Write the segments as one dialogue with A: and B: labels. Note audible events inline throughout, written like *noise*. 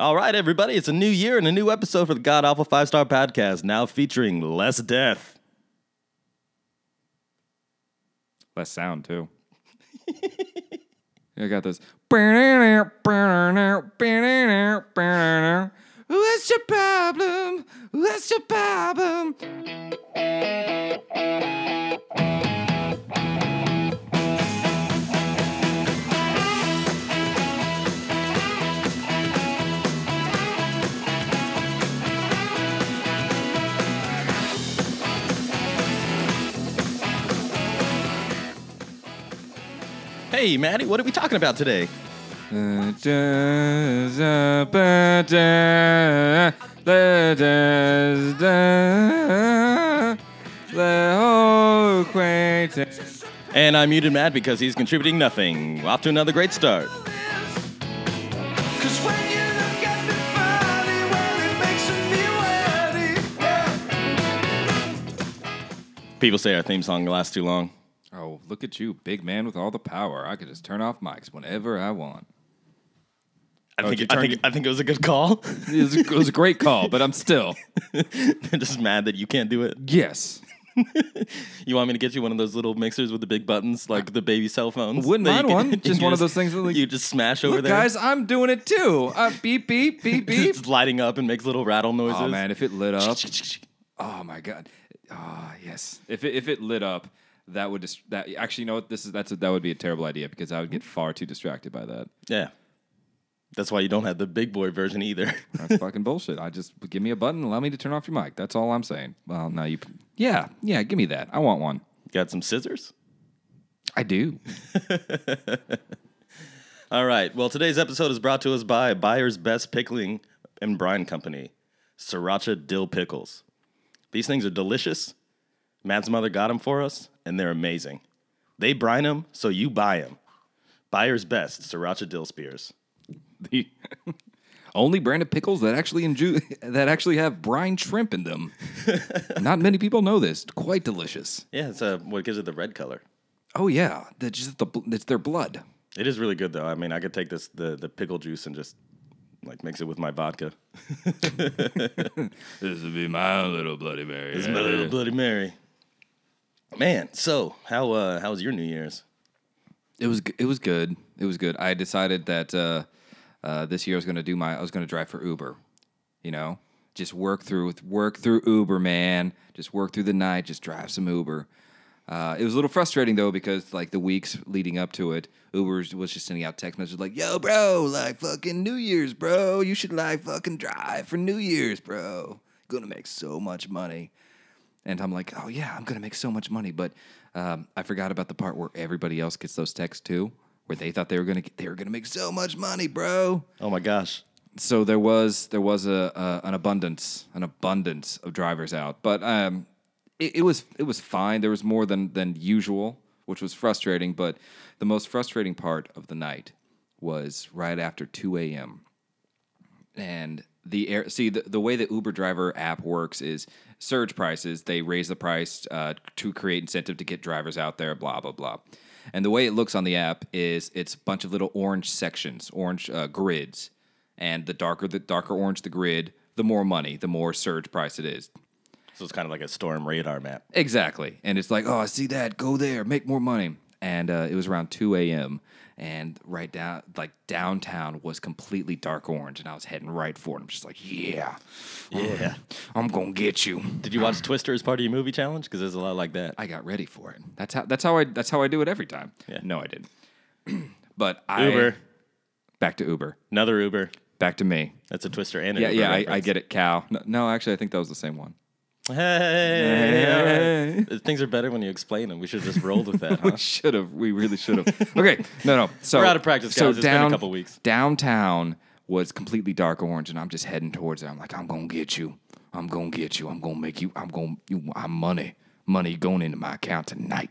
A: All right, everybody, it's a new year and a new episode for the God Awful Five Star Podcast, now featuring less death.
B: Less sound too. *laughs* I got this. What's your problem? What's your problem?
A: Hey, Maddie, what are we talking about today?
B: It is a bad day. It is the- the whole acquaintance.
A: And I muted Matt because he's contributing nothing. Off to another great start.
C: Cause when you look at the body, well, it makes me worry.
A: People say our theme song lasts too long.
B: Oh, look at you, big man with all the power. I could just turn off mics whenever I want.
A: I
B: Oh,
A: think,
B: did
A: I
B: you turn-
A: think I think it was a good call.
B: *laughs*
A: *laughs*
B: It was, it was a great call, but I'm still.
A: Just mad that you can't do it.
B: *laughs* Yes.
A: You want me to get you one of those little mixers with the big buttons, like the baby cell phones?
B: Wouldn't
A: that you
B: mind
A: can-
B: one.
A: *laughs* you
B: Just one of those things that, like,
A: you just smash over
B: Look,
A: there.
B: guys, I'm doing it too. Uh, beep, beep, *laughs* beep, beep.
A: it's lighting up and makes little rattle noises.
B: oh, man, if it lit up. *laughs* Oh, my God. Ah, yes. If it, if it lit up, that would dis- that actually you know what this is that's a, that would be a terrible idea because I would get far too distracted by that.
A: *laughs* Yeah. That's why you don't have the big boy version either. *laughs*
B: *laughs* That's fucking bullshit. I just give me a button, and allow me to turn off your mic. That's all I'm saying. Well, now you, yeah, yeah, give me that. I want one.
A: Got some scissors?
B: I do.
A: All right. Well, today's episode is brought to us by Buyer's Best Pickling and Brine Company, Sriracha Dill Pickles. These things are delicious. Matt's mother got them for us, and they're amazing. They brine them, so you buy them. Buyer's Best Sriracha Dill Spears.
B: The only brand of pickles that actually enjoy, *laughs* that actually have brine shrimp
A: *laughs*
B: in them. Not many people know this. Quite delicious.
A: Yeah, it's uh, what gives it the red color.
B: Oh yeah, that's just the bl- it's their blood.
A: It is really good, though. I mean, I could take this the, the pickle juice and just like mix it with my vodka.
B: This would be my little bloody mary.
A: It's my little Bloody Mary. Man, so how uh, how was your New Year's?
B: It was g- it was good. It was good. I decided that uh, uh, this year I was going to do my I was going to drive for Uber. You know, just work through work through Uber, man. Just work through the night. Just drive some Uber. Uh, it was a little frustrating though because like the weeks leading up to it, Uber was just sending out text messages like, "Yo, bro, like fucking New Year's, bro. You should like fucking drive for New Year's, bro. Gonna make so much money." And I'm like, oh yeah, I'm gonna make so much money. But um, I forgot about the part where everybody else gets those texts too, where they thought they were gonna get, they were gonna make so much money, bro.
A: Oh my gosh.
B: So there was there was a, a an abundance an abundance of drivers out, but um, it, it was it was fine. There was more than than usual, which was frustrating. But the most frustrating part of the night was right after 2 a.m and the air see the, the way the uber driver app works is surge prices they raise the price uh, to create incentive to get drivers out there blah blah blah and the way it looks on the app is it's a bunch of little orange sections orange uh, grids and the darker the darker orange the grid the more money the more surge price it is
A: So it's kind of like a storm radar map.
B: Exactly. And it's like, oh, I see that. Go there, make more money. And uh, it was around 2 a.m. And right down, like downtown was completely dark orange. And I was heading right for it. I'm just like, yeah,
A: Yeah.
B: I'm going to get you.
A: Did you watch Twister as part of your movie challenge? Because there's a lot like that.
B: I got ready for it. That's how, that's how I, that's how I do it every time.
A: Yeah.
B: No, I didn't. *clears throat* but I,
A: Uber,
B: back to Uber,
A: another Uber.
B: back to me.
A: That's a Twister and an
B: Yeah,
A: Uber
B: yeah, I, I
A: reference.
B: get it, cow. No, no, actually, I think that was the same one.
A: Hey, *laughs* all right. things are better when you explain them. We should just roll with that, huh?
B: *laughs* We should have. We really should
A: *laughs*
B: have. okay. No, no. So
A: We're out of practice, guys. It's been a couple weeks.
B: Downtown was completely dark orange, and I'm just heading towards it. I'm like, I'm gonna get you. I'm gonna get you. I'm gonna make you. I'm gonna. You, I'm money. Money going into my account tonight.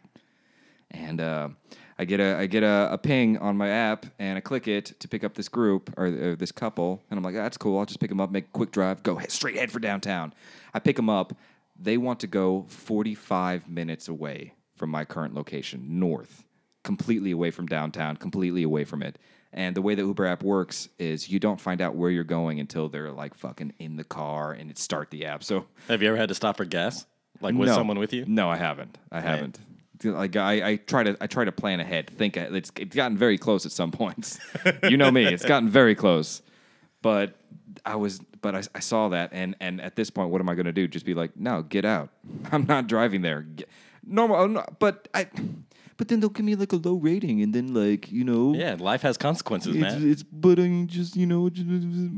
B: And uh, I get a I get a, a ping on my app, and I click it to pick up this group or, or this couple, and I'm like, that's cool. I'll just pick them up, make a quick drive, go he- straight head for downtown. I pick them up. They want to go 45 minutes away from my current location, north, completely away from downtown, completely away from it. And the way the Uber app works is you don't find out where you're going until they're like fucking in the car and it start the app. So
A: *laughs* Have you ever had to stop for gas? Like with
B: no.
A: someone with you?
B: No, I haven't. I haven't. Like I, I try to I try to plan ahead. Think ahead. it's it's gotten very close at some *laughs* points. you know me. It's gotten very close. But I was but I, I saw that and and at this point what am I going to do? Just be like, "No, get out. *laughs* I'm not driving there." Get, normal oh, no, but I but then they'll give me like a low rating and then like, you know,
A: Yeah, life has consequences,
B: it's,
A: man.
B: it's but I'm just, you know,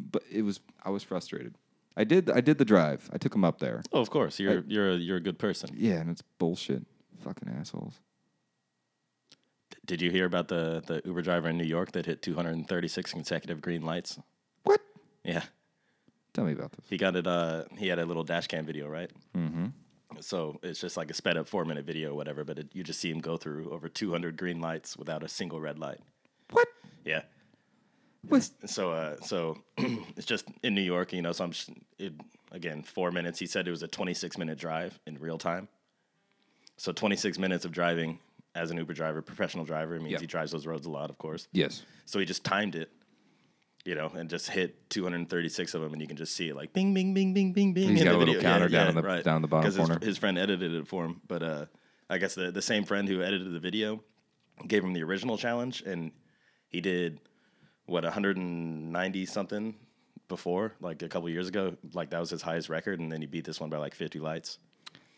B: but it was I was frustrated. I did I did the drive. I took him up there.
A: Oh, of course. You're you're a, you're a good person.
B: Yeah, and it's bullshit. Fucking assholes.
A: Did you hear about the the Uber driver in New York that hit 236 consecutive green lights?
B: What?
A: Yeah.
B: Tell me about this.
A: He got it. Uh, he had a little dash cam video, right? Mm-hmm. So it's just like a sped up four minute video, or whatever. But it, you just see him go through over 200 green lights without a single red light.
B: What?
A: Yeah.
B: What's
A: So, uh, so *clears throat* it's just in New York, you know. So I'm just, it, again four minutes. He said it was a 26 minute drive in real time. So 26 minutes of driving as an Uber driver, professional driver, means
B: Yeah.
A: he drives those roads a lot, of course.
B: Yes.
A: So he just timed it, you know, and just hit 236 of them, and you can just see it like bing, bing, bing, bing, bing, bing.
B: He's
A: in
B: got
A: the
B: a little
A: video.
B: counter down in the- down in the bottom
A: 'Cause his-
B: corner.
A: His, friend edited it for him, but uh, I guess the, the same friend who edited the video gave him the original challenge, and he did what 190 something before, like a couple years ago. Like that was his highest record, and then he beat this one by like 50 lights.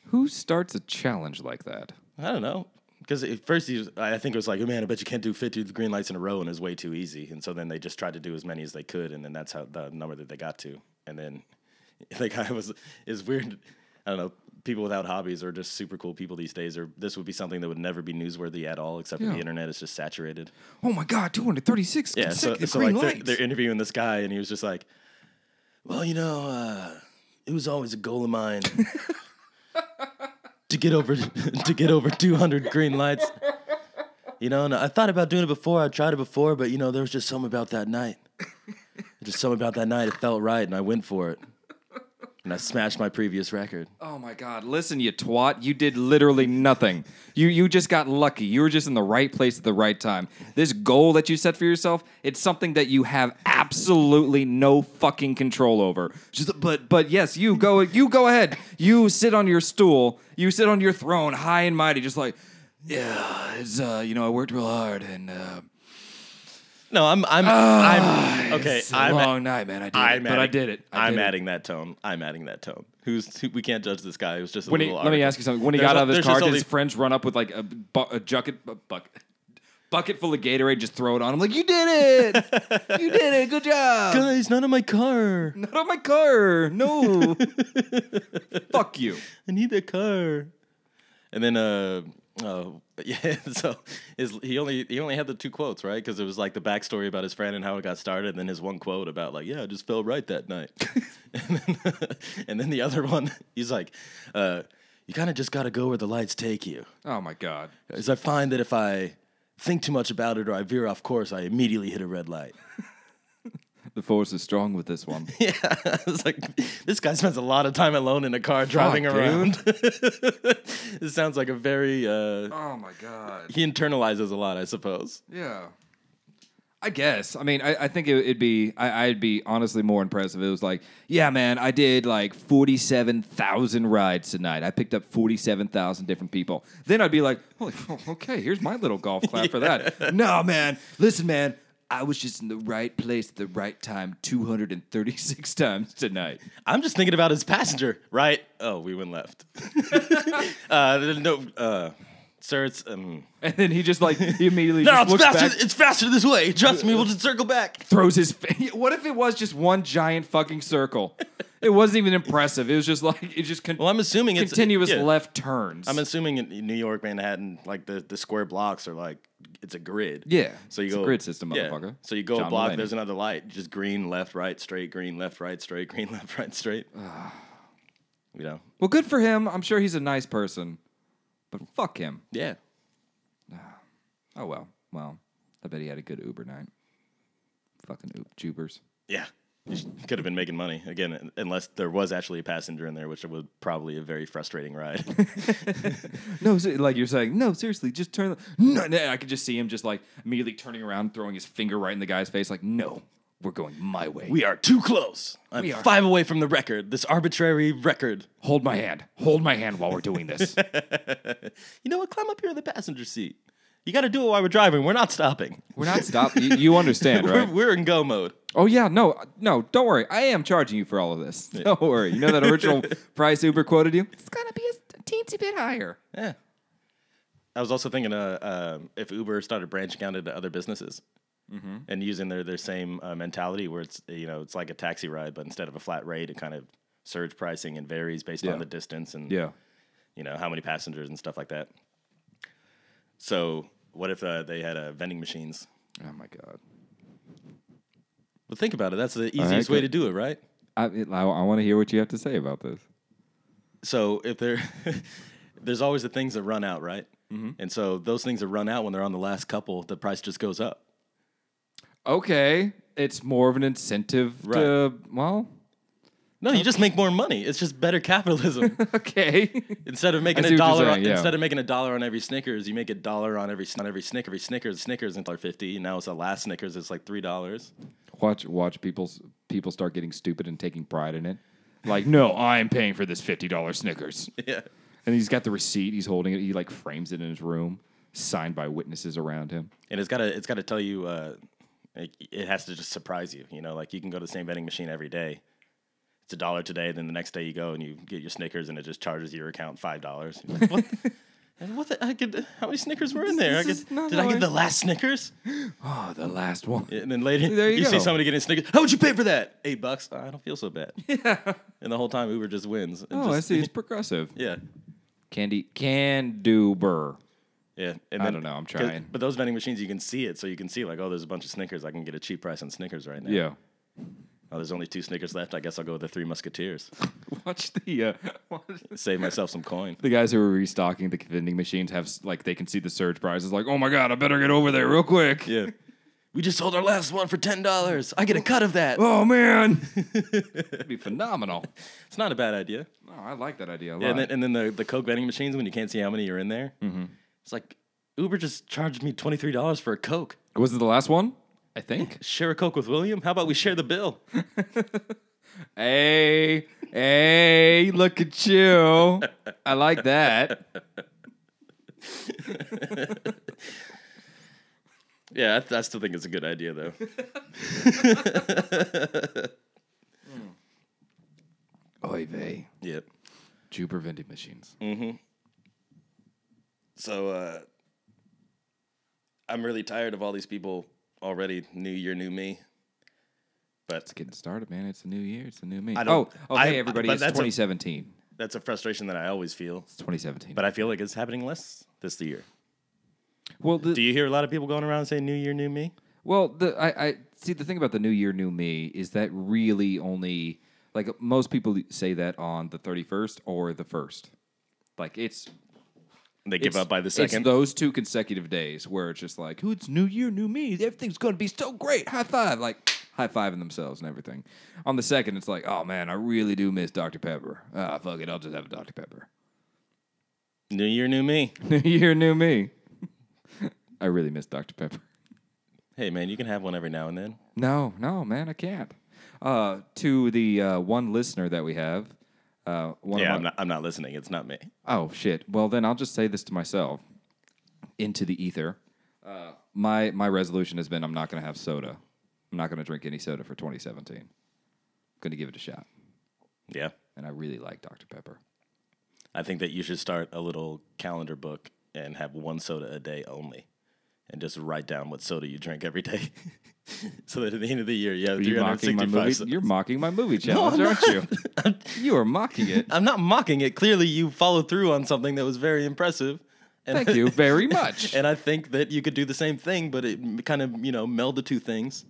B: Who starts a challenge like that?
A: I don't know. Because at first, he was, I think it was like, oh man, I bet you can't do 50 green lights in a row and it's way too easy. And so then they just tried to do as many as they could. And then that's how the number that they got to. And then *laughs* the guy was, is weird. I don't know. People without hobbies are just super cool people these days. Or this would be something that would never be newsworthy at all, except for
B: Yeah.
A: the internet is just saturated.
B: Oh my god, 236
A: Yeah. So,
B: consecutive
A: so
B: green
A: like they're,
B: lights.
A: they're interviewing this guy and he was just like, well, you know, uh, it was always a goal of mine to get over *laughs* to get over 200 green lights. You know, and I thought about doing it before. I tried it before, but you know, there was just something about that night. Just something about that night. It felt right, and I went for it. And I smashed my previous record.
B: oh my god, listen you twat, you did literally nothing. You you just got lucky. You were just in the right place at the right time. This goal that you set for yourself, it's something that you have absolutely no fucking control over. Just, but but yes, you go you go ahead. You sit on your stool, you sit on your throne high and mighty just like yeah, it's uh, you know, I worked real hard and uh
A: No, I'm, I'm, I'm. Okay,
B: Ah, It's a
A: I'm.
B: long night, man. I did
A: I'm
B: it, but I
A: adding-
B: did it. I
A: I'm
B: did it.
A: adding that tone. I'm adding that tone. Who's who, we can't judge this guy. Who's just a
B: When he,
A: little.
B: let me
A: arrogant.
B: ask you something. When he
A: There's
B: got
A: a-
B: out of his
A: there's
B: car,
A: just
B: did
A: all
B: his
A: these-
B: friends run up with like a, bu- a bucket, a bucket, bucket full of Gatorade, just throw it on him? Like you did *laughs* it, you did it, good job.
A: guys, not in my car.
B: Not on my car, no. *laughs* Fuck you.
A: I need the car. And then, uh, uh *laughs* yeah. So his, he only he only had the two quotes, right? Because it was like the backstory about his friend and how it got started, and then his one quote about like, yeah, I just felt right that night. *laughs* and, then, *laughs* and then the other one, *laughs* he's like, uh, you kind of just got to go where the lights take you.
B: Oh my god.
A: Because I find that if I think too much about it or I veer off course, I immediately hit a red light.
B: The force is strong with this one.
A: *laughs* Yeah, it's like this guy spends a lot of time alone in a car driving
B: dude.
A: around. *laughs* it sounds like a very uh,
B: oh my god.
A: he internalizes a lot, I suppose.
B: Yeah. I guess. I mean, I, I think it, it'd be, I, I'd be honestly more impressed if it was like, yeah, man, I did like 47,000 rides tonight. I picked up 47,000 different people. Then I'd be like, holy, oh, okay, here's my little golf clap for that. No, man, listen, man, I was just in the right place at the right time 236 *laughs* times tonight.
A: I'm just thinking about his passenger, right? Oh, we went left. *laughs* uh, no, uh, sir, it's um,
B: And then he just like, he immediately
A: no,
B: just
A: it's
B: looks
A: faster.
B: back,
A: It's faster this way. Trust me, we'll just circle back.
B: throws his face. *laughs* What if it was just one giant fucking circle? It wasn't even impressive. It was just like, it just con-
A: Well, I'm assuming it's
B: continuous
A: yeah.
B: left turns.
A: I'm assuming in New York, Manhattan, like the, the square blocks are like it's a grid.
B: Yeah,
A: So you
B: it's a
A: go
B: grid system,
A: yeah.
B: motherfucker.
A: So you go
B: John
A: a block.
B: Mulaney.
A: There's another light. Just green, left, right, straight. Green, left, right, straight. *laughs* Green, left, right, straight. you know.
B: well, good for him. I'm sure he's a nice person, but fuck him.
A: Yeah.
B: Oh well, well. I bet he had a good Uber night. Fucking Uber jubers.
A: Yeah. You could have been making money again, unless there was actually a passenger in there, which was probably a very frustrating
B: *laughs*
A: ride.
B: No, se- like you're saying, no, seriously, just turn. The, no, no, I could just see him just like immediately turning around, throwing his finger right in the guy's face, like, no, we're going my way.
A: we are too close. I'm
B: We are.
A: five away from the record. This arbitrary record.
B: hold my hand, hold my hand while we're doing this.
A: You know what? Climb up here in the passenger seat. You got to do it while we're driving. We're not stopping.
B: *laughs* we're not stopping. You, you *laughs* understand, right?
A: We're, we're in go mode.
B: oh yeah, no, no, don't worry. I am charging you for all of this. *laughs* Don't worry. You know that *laughs* original price Uber quoted you. It's gonna be a teensy bit higher.
A: Yeah. I was also thinking uh, um if Uber started branching out into other businesses and using their their same uh, mentality, where it's you know it's like a taxi ride, but instead of a flat rate, it kind of surge pricing and varies based
B: Yeah.
A: on the distance and
B: Yeah.
A: you know how many passengers and stuff like that. So what if uh, they had uh, vending machines?
B: Oh my god.
A: Well, think about it. That's the easiest way
B: good.
A: to do it, right?
B: I it- I, I want to hear what you have to say about this.
A: so if there, *laughs* there's always the things that run out, right? And so those things that run out when they're on the last couple, the price just goes up.
B: Okay, it's more of an incentive to well. *laughs*
A: No, you just make more money. It's just better *laughs* capitalism.
B: Okay.
A: instead of making
B: I see
A: a
B: what you're
A: dollar,
B: saying, yeah.
A: instead of making a dollar on every Snickers, you make a dollar on every on every Snickers. Every Snickers, Snickers until fifty. Now it's the last Snickers. It's like three dollars. *laughs*
B: watch watch people people start getting stupid and taking pride in it. *laughs* Like, no, I'm paying for this fifty dollars Snickers,
A: Yeah.
B: and he's got the receipt. He's holding it. He like frames it in his room, signed by witnesses around him.
A: and it's gotta it's gotta tell you uh it, it has to just surprise you you know like you can go to the same vending machine every day it's a dollar today then the next day you go and you get your snickers and it just charges your account five dollars like,
B: *laughs*
A: what the, and what the, i could how many snickers were in there I
B: This is
A: could,
B: not
A: did i
B: how I-
A: get the last snickers
B: Oh, the last one.
A: and then later
B: There you
A: you, see
B: go.
A: somebody getting snickers how would you pay for that eight bucks "Oh, i don't feel so
B: *laughs*
A: bad and the whole time uber just wins and
B: Oh, I
A: just-
B: see. *laughs* It's progressive.
A: yeah
B: Candy can do burr.
A: yeah, and
B: I don't know, I'm
A: 'cause-
B: trying.
A: But those vending machines, you can see it, so you can see like, oh, there's a bunch of Snickers. I can get a cheap price on Snickers right now.
B: Yeah.
A: Oh, there's only two Snickers left. I guess I'll go with the Three Musketeers.
B: *laughs*
A: *laughs*
B: Watch the uh, *laughs* watch
A: Save myself some coin.
B: the guys who are restocking the vending machines have s- like they can see the surge prices. Like, oh my god, I better get over there real quick.
A: Yeah. We just sold our last one for ten dollars. I get a cut of that.
B: Oh
A: *laughs*
B: man, that'd be phenomenal. *laughs*
A: It's not a bad idea.
B: No, Oh, I like that idea a lot.
A: Yeah, and then, and then the, the Coke vending machines when you can't see how many are in there.
B: Mm-hmm.
A: It's like Uber just charged me twenty three dollars for a Coke.
B: Was it the last one? I
A: *laughs*
B: think.
A: Share a Coke with William? How about we share the bill?
B: hey, hey, look at you. I like
A: *laughs*
B: that.
A: Yeah, I, I still think it's a good idea *laughs* though.
B: Oy vey.
A: yeah.
B: Juber vending machines.
A: Mm. So uh, I'm really tired of all these people already. New year, new me. But
B: Getting started, man. It's a new year. It's a new me.
A: I
B: Oh,
A: don't-
B: oh,
A: I-
B: hey, everybody.
A: but
B: It's
A: that's a-
B: 2017.
A: that's a frustration that I always feel.
B: it's 2017.
A: but I feel like it's happening less this year.
B: well, the,
A: Do you hear a lot of people going around saying "New Year, New Me"?
B: Well, the I, I see the thing about the new year, new me is that really only like most people say that on the thirty first or the first. Like it's
A: They give
B: it's-
A: up by the
B: It's
A: second.
B: those two consecutive days where it's just like, "Ooh, it's new year, new me. Everything's going to be so great. High five!" Like high fiving themselves and everything. On the second, it's like, "Oh man, I really do miss Dr Pepper. Ah, fuck it, I'll just have a Dr Pepper." *laughs*
A: new Year, New Me.
B: New year, new me. *laughs* I really miss Dr Pepper.
A: Hey man, you can have one every now and then.
B: No, no, man, I can't. Uh, to the uh, one listener that we have, uh, one
A: Yeah,
B: of
A: I'm
B: my,
A: not. I'm not listening. It's not me.
B: oh shit. Well, then I'll just say this to myself into the ether. Uh, my my resolution has been I'm not going to have soda. I'm not going to drink any soda for 2017. I'm going to give it a shot,
A: Yeah,
B: and I really like Dr Pepper.
A: I think that you should start a little calendar book and have one soda a day only, and just write down what soda you drink every day, *laughs* so that at the end of the year you have
B: Are you mocking my
A: 365.
B: movie?
A: so-
B: You're mocking my
A: *laughs*
B: movie challenge, aren't you? you are mocking it.
A: I'm not mocking it. Clearly, you followed through on something that was very impressive. And
B: Thank you very much.
A: *laughs* And I think that you could do the same thing, but it m- kind of, you know, meld the two things.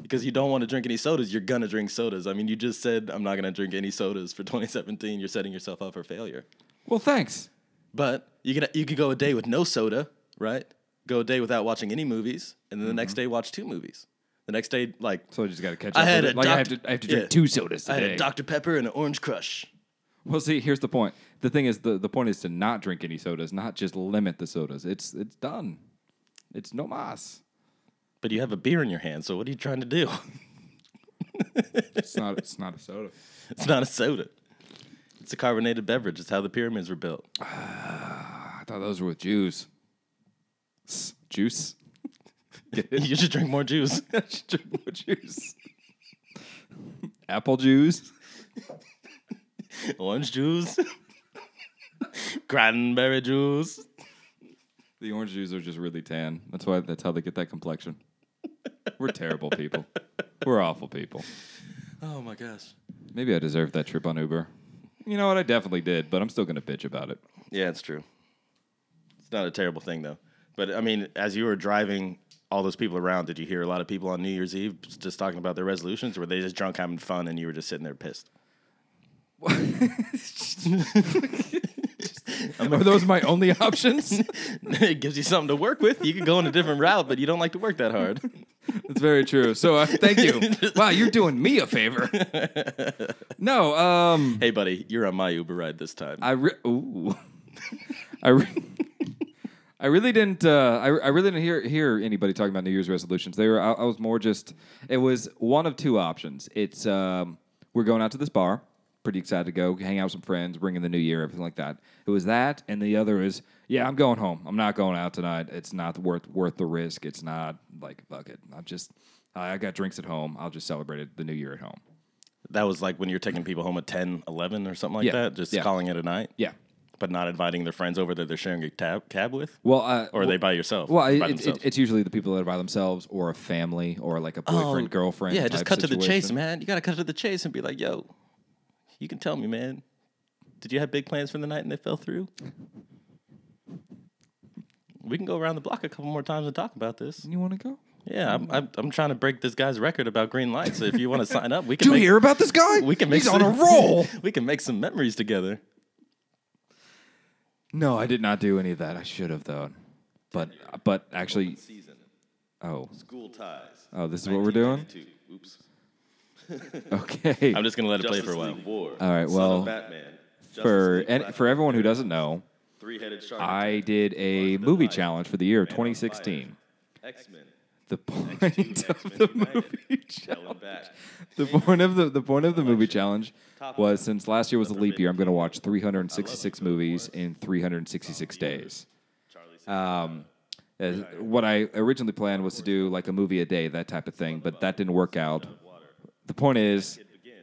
A: Because you don't want to drink any sodas, you're going to drink sodas. I mean, you just said, I'm not going to drink any sodas for *laughs* 2017. You're setting yourself up for failure.
B: well, thanks.
A: But you could, you could go a day Mm-hmm. with no soda, right? Go a day without watching any movies, and then the next day watch two movies. The next day, like
B: So I just got to catch
A: I
B: up.
A: had
B: with
A: a
B: it. like I have
A: doc-
B: to I have to drink
A: yeah.
B: two sodas today.
A: I had a Dr Pepper and an orange crush.
B: Well, see, here's the point. The thing is, the, the point is to not drink any sodas, not just limit the sodas. It's it's done. It's no mas.
A: But you have a beer in your hand, so what are you trying to do? *laughs*
B: It's not it's not a soda.
A: it's not a soda. It's a carbonated beverage. It's how the pyramids were built. *laughs*
B: I thought those were with Jews. S- Juice. *laughs*
A: you should drink more juice. *laughs*
B: Drink more juice. *laughs* Apple juice.
A: Orange juice. *laughs* Cranberry juice.
B: The orange juice are just really tan. That's why that's how they get that complexion. We're terrible people. We're awful people.
A: Oh my gosh.
B: Maybe I deserved that trip on Uber. You know what? I definitely did, but I'm still gonna bitch about it.
A: Yeah, it's true. It's not a terrible thing though. But I mean, as you were driving all those people around, did you hear a lot of people on New Year's Eve just talking about their resolutions? Or were they just drunk having fun and you were just sitting there pissed? *laughs*
B: Are those my only *laughs* options?
A: it gives you something to work with. You could go on a different route, but you don't like to work that
B: *laughs*
A: hard.
B: That's very true. So uh, thank you. *laughs* wow, you're doing me a *laughs* favor. No, um,
A: Hey, buddy, you're on my Uber ride this time.
B: I re- ooh, *laughs* I, re- I really didn't. Uh, I, I really didn't hear hear anybody talking about New Year's resolutions. They were. I, I was more just. It was one of two options. It's um, we're going out to this bar. Pretty excited to go hang out with some friends, bring in the new year, everything like that. It was that, and the other is, yeah, I'm going home. I'm not going out tonight. It's not worth worth the risk. It's not like fuck it. I'm just, I I got drinks at home. I'll just celebrate it- the new year at home.
A: that was like when you're taking people home at 10, 11 or something like
B: Yeah,
A: that, just
B: yeah.
A: calling it a night.
B: Yeah.
A: But not inviting their friends over that they're sharing a tab- cab with?
B: Well, uh,
A: Or are they by yourself?
B: Well,
A: by
B: it, it,
A: themselves?
B: it's usually the people that are by themselves or a family or like a boyfriend, girlfriend.
A: Oh, Yeah, just cut
B: type
A: to the chase,
B: situation.
A: man. You got to cut to the chase and be like, yo, you can tell me, man. Did you have big plans for the night and they fell through? We can go around the block a couple more times and talk about this.
B: You want to go?
A: Yeah, I'm, I'm, I'm trying to break this guy's record about green lights. So if you want to sign up, we can
B: Did you
A: make,
B: hear about this guy?
A: we can make
B: He's
A: some,
B: on
A: *laughs*
B: a roll.
A: we can make some memories together.
B: No, I did not do any of that. I should have though. But but actually,
A: Season
B: oh
A: school ties.
B: oh, this is what we're doing.
A: Oops.
B: Okay.
A: I'm just gonna let it play for a while.
B: All right, Son of well,
A: Batman.
B: For and for everyone who doesn't know,
A: three-headed shark.
B: I did a movie challenge for the year of 2016.
A: X-Men.
B: The point of the movie challenge. The point of the the point of the movie challenge was since last year was a leap year, I'm going to watch 366 movies in 366 days. Um, as- what I originally planned was to do like a movie a day, that type of thing, but that didn't work out. The point is,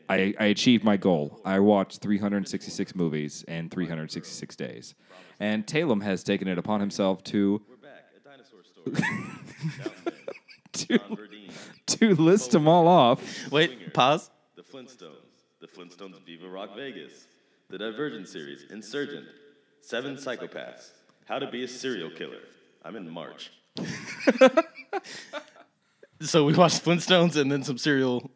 B: I, I achieved my goal. I watched 366 movies in 366 days, and Talem has taken it upon himself to *laughs* to to list them all off.
A: Wait, pause.
D: The Flintstones, The Flintstones Viva Rock Vegas, The Divergent series, Insurgent, Seven Psychopaths, How to Be a Serial Killer. I'm in March.
A: *laughs* So we watched Flintstones and then some serial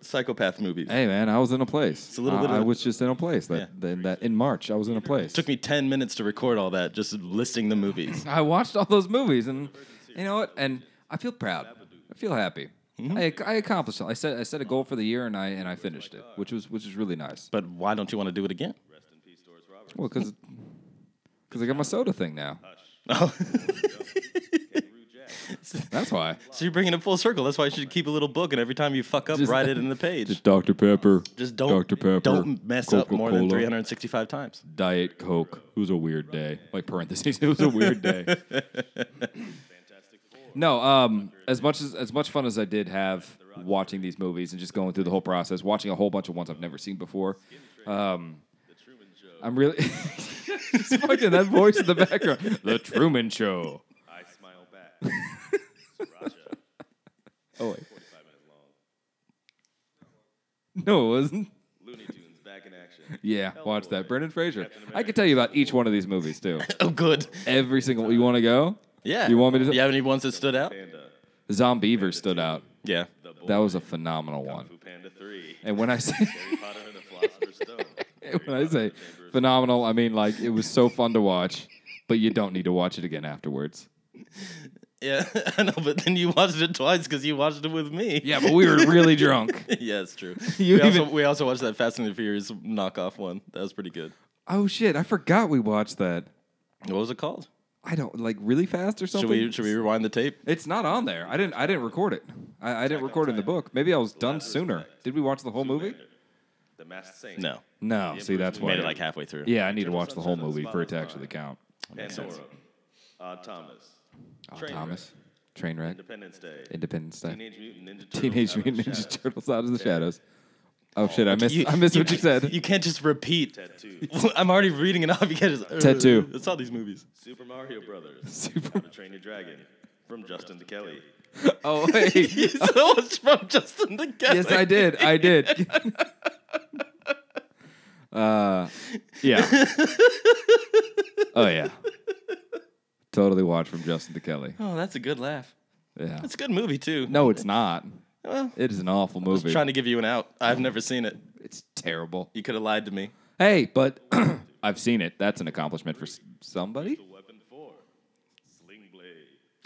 A: psychopath movies.
B: Hey man, I was in a place.
A: a little
B: I,
A: bit
B: I
A: of-
B: was just in a place that, that, that in March I was in a place.
A: took me ten minutes to record all that, just listing the movies.
B: I watched all those movies, and you know what? And I feel proud. I feel happy.
A: Mm-hmm.
B: I, I accomplished. it. I set I set a goal for the year, and I and I finished it, which was which is really nice.
A: But why don't you want to do it again? *laughs*
B: Well, because I got my soda thing now.
A: Oh.
B: That's why.
A: so you're bringing it full circle. That's why you should keep a little book, and every time you fuck up,
B: Just-
A: write it in the page.
B: Dr Pepper.
A: Just don't
B: Dr Pepper.
A: don't mess up more than
B: Coca-Cola,
A: 365 times.
B: Diet Coke. It was a weird day. Like parentheses. *laughs* It was a weird day. no. Um. As much as as much fun as I did have watching these movies and just going through the whole process, watching a whole bunch of ones I've never seen before. Um. I'm really. *laughs* Just fucking that voice in the background. The Truman Show.
D: I smile
B: *laughs*
D: back. Sriracha,
B: Oh wait.
D: 45 minutes long.
B: No, it wasn't.
D: Looney Tunes back in action.
B: Yeah, watch that. Brendan Fraser. I could tell you about each one of these movies too.
A: *laughs* Oh, good.
B: Every single. You want to go?
A: Yeah.
B: You want me to-
A: You have any ones that stood out?
D: Panda,
B: Zombiever stood out.
A: Yeah.
D: The Boy,
B: That was a phenomenal one.
D: Fu Panda 3,
B: And when I say *laughs*
D: Harry Potter and the Philosopher's Stone.
B: when I say phenomenal, I mean like it was so fun to watch, but you don't need to watch it again afterwards.
A: *laughs* Yeah, *laughs* I know, but then you watched it twice because you watched it with me.
B: Yeah, but we were really drunk.
A: *laughs* yeah, it's true.
B: You
A: we, also,
B: even-
A: we also watched that Fast and the Furious knockoff one. That was pretty good.
B: *laughs* Oh shit, I forgot we watched that.
A: What was it called?
B: I don't like really fast or something.
A: Should we should we rewind the tape?
B: It's not on there. I didn't. I didn't record it. I, I didn't record it in the book. Maybe I was done sooner. Did we watch the whole movie?
D: The masked saint.
A: No,
B: No. See, that's
A: made
B: why.
A: it like halfway through.
B: Yeah, I need to watch the whole movie for it to actually count.
D: Pandora. Odd Thomas.
B: Oh,
D: Trainwreck,
B: Thomas, Trainwreck,
D: Independence Day.
B: Independence Day,
D: Teenage Mutant Ninja Turtles.
B: Teenage
D: Out of the
B: Mutant Ninja
D: Shadows.
B: Turtles out of the shadows. Oh shit, I missed. I missed what *laughs* you said.
A: You can't just repeat.
D: Tattoo.
A: *laughs* I'm already reading it off. You can't just
B: *laughs* Tattoo.
A: *laughs* It's all these
B: *laughs*
A: movies.
D: Super Mario Brothers.
A: *laughs*
D: How
B: Super.
D: to Train Your Dragon. From Justin to Kelly.
B: Oh wait.
A: that was from Justin the Kelly.
B: *laughs* Yes, I did. I did. *laughs* uh, yeah. Oh yeah. Totally watched from Justin to Kelly.
A: *laughs* Oh, that's a good laugh.
B: Yeah.
A: It's a good movie too.
B: No, it's not.
A: Well,
B: It is an awful
A: I was
B: movie.
A: trying to give you an out. I've never seen it.
B: it's terrible.
A: You could have lied to me.
B: Hey, but *clears throat* I've seen it. That's an accomplishment for s- somebody.
D: The Weapon 4. Sling Blade.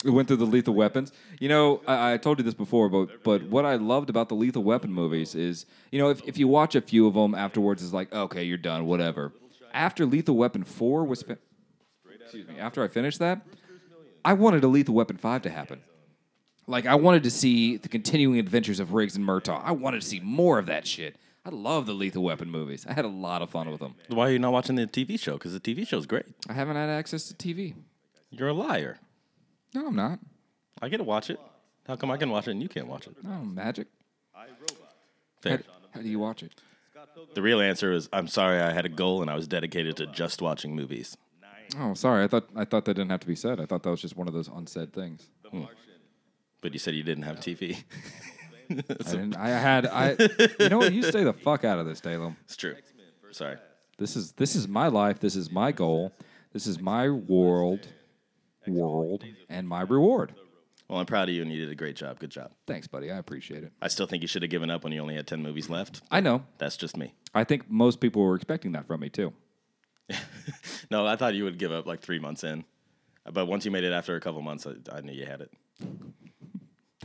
B: We went through the Lethal Weapons. You know, I, I told you this before, but but what I loved about the Lethal Weapon movies is, you know, if, if you watch a few of them afterwards, it's like, okay, you're done, whatever. After Lethal Weapon four was, fin- excuse me, after I finished that, I wanted a Lethal Weapon five to happen. Like I wanted to see the continuing adventures of Riggs and Murtaugh. I wanted to see more of that shit. I love the Lethal Weapon movies. I had a lot of fun with them.
A: Why are you not watching the TV show? Because the TV show's great.
B: I haven't had access to TV.
A: You're a liar.
B: No, I'm not.
A: I get to watch it. How come I can watch it and you can't watch it?
B: No, magic.
D: I, Robot.
B: How,
A: Fair.
B: how do you watch it?
A: The real answer is I'm sorry I had a goal and I was dedicated to just watching movies.
B: Oh, sorry. I thought I thought that didn't have to be said. I thought that was just one of those unsaid things.
A: But you said you didn't have TV.
B: I, didn't, I had I. You know what? You stay the fuck out of this, Dalem.
A: *laughs* It's true. Sorry.
B: This is this is my life. This is my goal. This is my world, world, and my reward.
A: Well, I'm proud of you and you did a great job. Good job.
B: Thanks, buddy. I appreciate it.
A: I still think you should have given up when you only had 10 movies left.
B: I know.
A: That's just me.
B: I think most people were expecting that from me too.
A: No, I thought you would give up like three months in. But once you made it after a couple months, I, I knew you had it.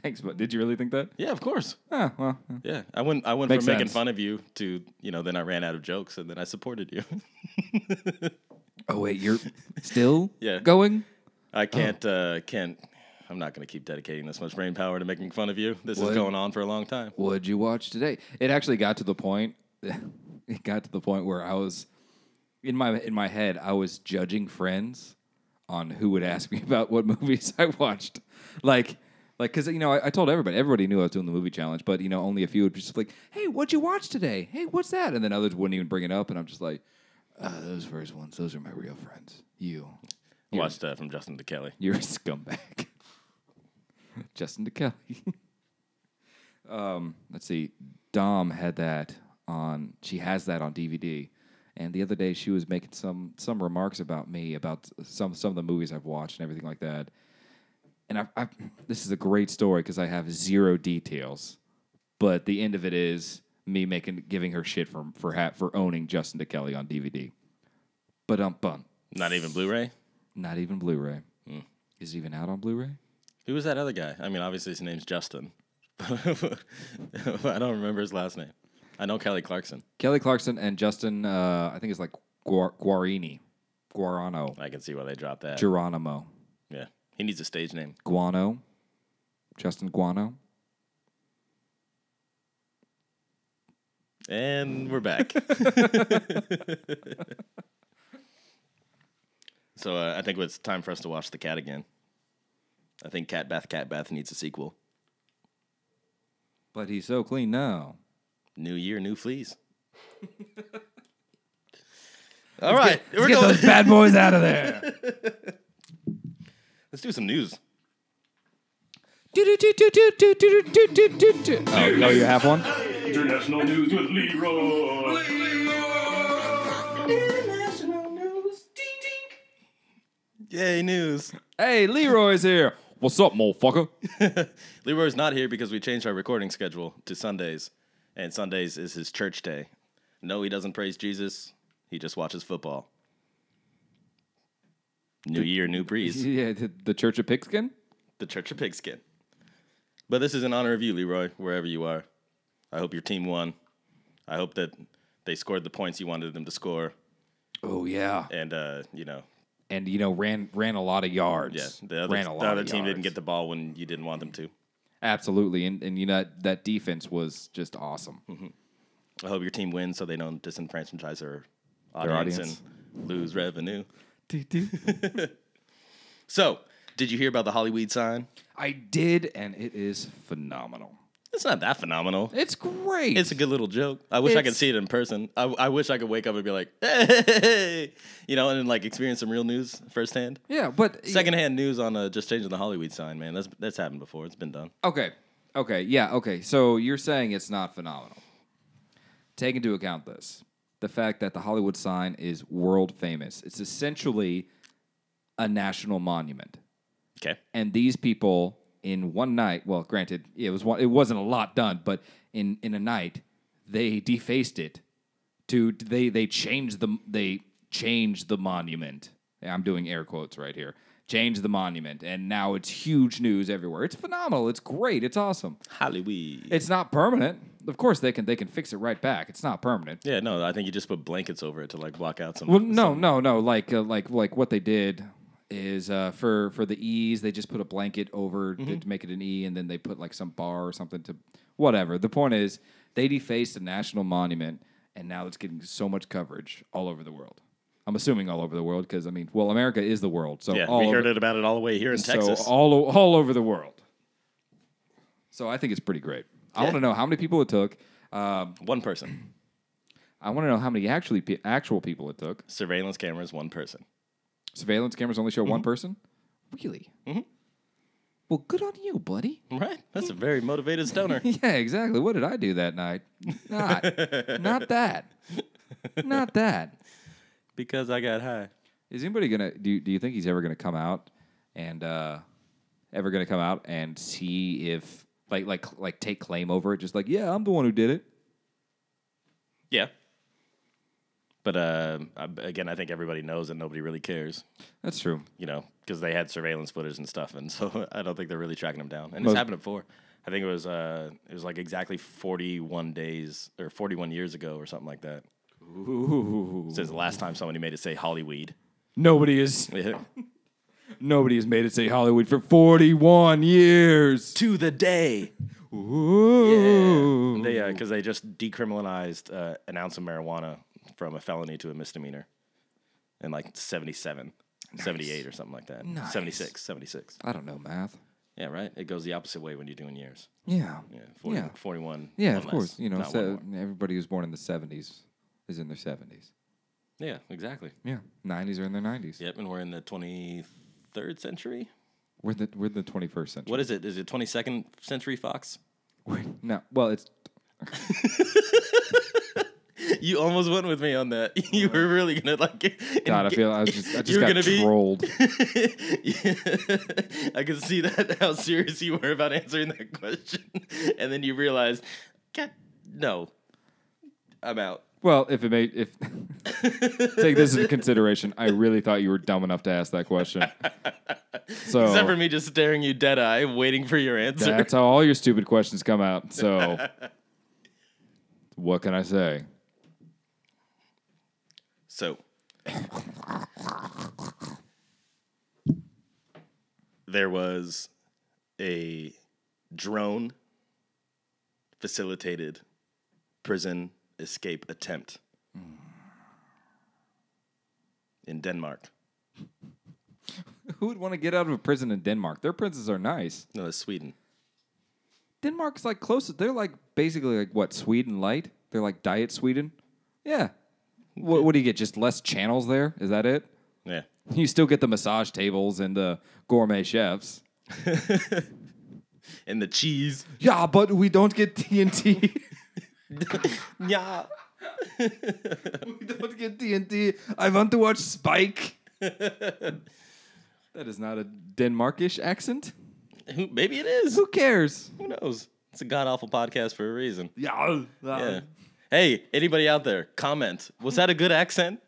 B: Thanks, but did you really think that?
A: Yeah, of course.
B: Ah, well,
A: Yeah, I went. I went
B: Makes
A: from making
B: sense.
A: fun of you to you know. Then I ran out of jokes, and then I supported you. *laughs*
B: Oh wait, you're still
D: *laughs*
A: Yeah.
B: going?
A: I can't.
B: Oh.
A: Uh, can't. I'm not going to keep dedicating this much brain power to making fun of you. This is
B: What?
A: going on for a long time.
B: What'd you watch today? It actually got to the point. *laughs* It got to the point where I was in my in my head. I was judging friends on who would ask me *laughs* about what movies I watched. Like, like because you know I, I told everybody. Everybody knew I was doing the movie challenge, but you know only a few would be just like, "Hey, what'd you watch today? Hey, what's that?" And then others wouldn't even bring it up, and I'm just like, uh, "Those first ones, those are my real friends. You,
A: I Watched uh, from Justin to Kelly.
B: *laughs* you're a scumbag. *laughs* Justin DeKelly. *laughs* um, let's see. Dom had that on. She has that on DVD. And the other day, she was making some some remarks about me about some some of the movies I've watched and everything like that. And I, I this is a great story because I have zero details, but the end of it is me making giving her shit for for ha- for owning Justin DeKelly on DVD. But um, bum.
A: Not even Blu-ray.
B: Not even Blu-ray.
A: Hmm.
B: Is it even out on Blu-ray?
A: Who was that other guy? I mean, obviously his name's Justin. *laughs* I don't remember his last name. I know Kelly Clarkson.
B: Kelly Clarkson and Justin, uh, I think it's like Guar- Guarini, Guarano,
A: I can see why they dropped that.
B: Geronimo,
A: yeah, he needs a stage name.
B: Guano, Justin Guano.
A: And we're back. so uh, I think it's time for us to watch the cat again. I think Cat Bath Cat Bath needs a sequel.
B: But he's so clean now.
A: New year, new
B: *laughs*
A: fleas. All
B: Let's
A: right,
B: get-
A: we're
B: let's get
A: going.
B: those bad boys out of there.
A: Let's do some news.
B: Do-do-do-do-do-do-do-do-do-do-do. *laughs* oh, oh, you have one?
E: International news with Leroy.
A: Yay, news!
B: Hey, Leroy's here. What's
A: *laughs*
B: up, motherfucker?
A: Leroy's not here because we changed our recording schedule to Sundays, and Sundays is his church day. No, he doesn't praise Jesus. He just watches football. New year, new breeze.
B: yeah, the, the Church of Pigskin?
A: the Church of Pigskin. But this is in honor of you, Leroy, wherever you are. I hope your team won. I hope that they scored the points you wanted them to score,
B: Oh yeah,
A: and uh, you know,
B: and you know ran ran a lot of yards.
A: yeah, the other,
B: ran a
A: the
B: lot
A: other
B: of
A: team didn't
B: yards.
A: get the ball when you didn't want them to.
B: absolutely, and and you know that, that defense was just awesome.
A: I hope your team wins so they don't disenfranchise their
B: Their
A: audience,
B: audience.
A: and lose revenue. So, did you hear about the Hollyweed sign?
B: *laughs* I did, and it is phenomenal.
A: It's not that phenomenal.
B: It's great.
A: It's a good little joke. I wish I could
B: It's-
A: see it in person. I, I wish I could wake up and be like, *laughs* hey, you know, and then, like experience some real news firsthand.
B: yeah, but
A: Secondhand news on uh, just changing the Hollywood sign, man. That's that's happened before. It's been done.
B: Okay. Okay. Yeah. Okay. So you're saying it's not phenomenal. Take into account this the fact that the Hollywood sign is world famous, it's essentially a national monument.
A: Okay.
B: And these people, in one night, well, granted, it, was one, it wasn't a lot done, but in, in a night, they defaced it. To they they changed the they changed the monument. I'm doing air quotes right here. Changed the monument, and now it's huge news everywhere. It's phenomenal. It's great. It's awesome.
A: Hollywood.
B: It's not permanent. Of course, they can they can fix it right back. It's not permanent.
A: Yeah, no, I think you just put blankets over it to like block out some.
B: Well, no, no, no. Like uh, like like what they did is uh, for for the E's, they just put a blanket over to-
A: Mm-hmm.
B: to make it an E, and then they put like some bar or something to whatever. The point is, they defaced a national monument, and now it's getting so much coverage all over the world. I'm assuming all over the world because I mean, well, America is the world, so
A: yeah,
B: all
A: we
B: over-
A: heard it about it all the way here in Texas.
B: so all o- all over the world. So I think it's pretty great. I want to know how many people it took. Um,
A: one person.
B: I want to know how many actually pe- actual people it took.
A: Surveillance cameras, one person.
B: Surveillance cameras only show one person. Really? Mm-hmm. Well, good on you, buddy. *laughs*
A: Right? That's a very motivated stoner.
B: Yeah, exactly. What did I do that night? *laughs* Not, not that. Not that.
A: *laughs* because I got high.
B: Is anybody gonna do? Do you think he's ever gonna come out and uh, ever gonna come out and see if like like like take claim over it? Just like yeah, I'm the one who did it.
A: Yeah. But uh, I- again, I think everybody knows and nobody really cares,
B: That's true.
A: you know, because they had surveillance footage and stuff, and *laughs* so I don't think they're really tracking them down. And
B: Most-
A: it's happened before. I think it was uh, it was like exactly forty-one days or forty-one years ago or something like that. Since the last time somebody made it say Hollyweed.
B: Nobody is
A: Yeah. *laughs*
B: nobody has made it say Hollywood for 41 years.
A: to the day.
B: Ooh.
A: They uh, because they just decriminalized uh, an ounce of marijuana from a felony to a misdemeanor in like 77, 78 or something like that.
B: Nice.
A: 76, 76.
B: I don't know math.
A: Yeah, right. It goes the opposite way when you're doing years.
B: Yeah.
A: Yeah, 40,
B: yeah.
A: 41.
B: Yeah,
A: one
B: of
A: less,
B: course. You know,
A: not one
B: so
A: more.
B: everybody who's born in the 70s is in their 70s.
A: Yeah, exactly.
B: Yeah. 90s are in their 90s.
A: Yep, and we're in the 23rd century.
B: We're in the we're in the 21st century.
A: What is it? Is it 22nd century Fox? *laughs*
B: No, well, it's
A: You almost went with me on that. *laughs* You were really gonna like. *laughs*
B: God, I
A: engage-
B: feel I was *laughs* just I just
A: You're
B: got
A: gonna be-
B: *laughs* trolled.
A: I could see that how serious you were about answering that question, *laughs* and then you realized, God, no, I'm out.
B: well, if it made *laughs* if take this into consideration, I really thought you were dumb enough to ask that *laughs* question. So
A: Except for me just staring you dead eye, waiting for your answer.
B: That's how all your stupid questions come *laughs* out. So, what can I say?
A: so, there was a drone facilitated prison escape attempt in Denmark.
B: Who would want to get out of a prison in Denmark? Their prisons are nice.
A: No, it's Sweden.
B: Denmark's like closest. They're like basically like what Sweden light. They're like diet Sweden. Yeah. What, what do you get? Just less channels there? Is that it?
A: Yeah. *laughs*
B: You still get the massage tables and the gourmet chefs.
A: And the cheese.
B: Yeah, but we don't get TNT.
A: Yeah.
B: *laughs* we don't get TNT. I want to watch *laughs* Spike. that is not a Denmarkish accent.
A: Who, maybe it is.
B: Who cares?
A: Who knows? It's a god awful podcast for a reason.
B: Yeah.
A: Yeah. Hey, anybody out there, comment. Was that a good accent?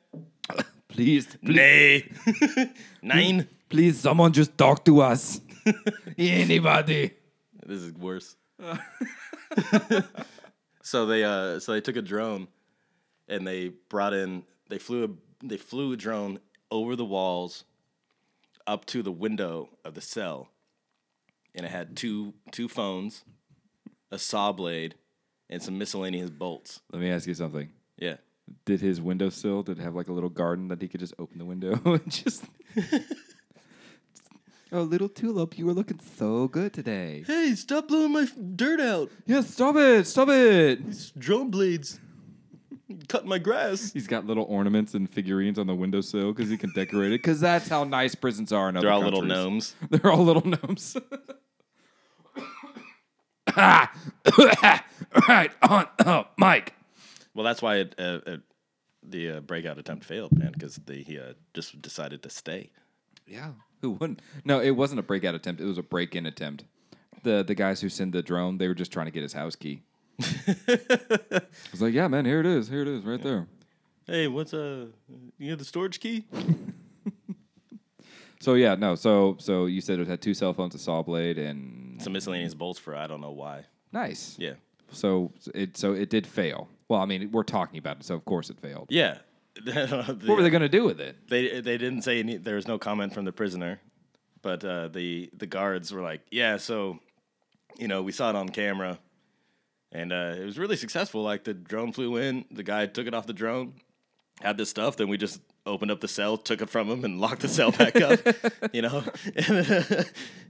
B: Please,
A: Nay. *laughs* Nine.
B: Please, someone just talk to *laughs* us. Anybody.
A: This is worse. *laughs* so they uh, so they took a drone, and they brought in they flew a they flew a drone over the walls, up to the window of the cell, and it had two two phones, a saw blade, and some miscellaneous bolts.
B: Let me ask you something.
A: Yeah,
B: Did his windowsill did it have like a little garden that he could just open the window and just Oh, little tulip, you were looking so good today.
A: Hey, stop blowing my f- dirt out.
B: Yes, stop it, stop it.
A: It's drone blades. Cut my grass.
B: He's got little ornaments and figurines on the windowsill because he can decorate it. Because that's how nice prisons are in other
A: They're all little gnomes.
B: countries. They're all little gnomes. all right, on oh, Mike.
A: Well, that's why it, uh, uh the uh, breakout attempt failed, man, because he uh, just decided to stay.
B: Yeah, who wouldn't? No, it wasn't a breakout attempt. It was a break-in attempt. The the guys who send the drone, they were just trying to get his
A: *laughs*
B: house key. I was like, yeah, man, here it is, here it is, right there.
A: Hey, what's uh, you have the storage key?
B: So yeah, no, so so you said it had two cell phones, a saw blade, and
A: Some miscellaneous bolts for I don't know why.
B: nice.
A: Yeah,
B: So it so it did fail. Well, I mean, we're talking about it, so of course it failed.
A: yeah. *laughs* The-
B: What were they going to do with it?
A: they they didn't say any. There was no comment from the prisoner, but uh, the the guards were like, "Yeah, so, you know, we saw it on camera, and uh, it was really successful. Like the drone flew in, the guy took it off the drone, had this stuff, then we just opened up the cell, took it from him, and locked the cell back up. *laughs* You know, and, uh,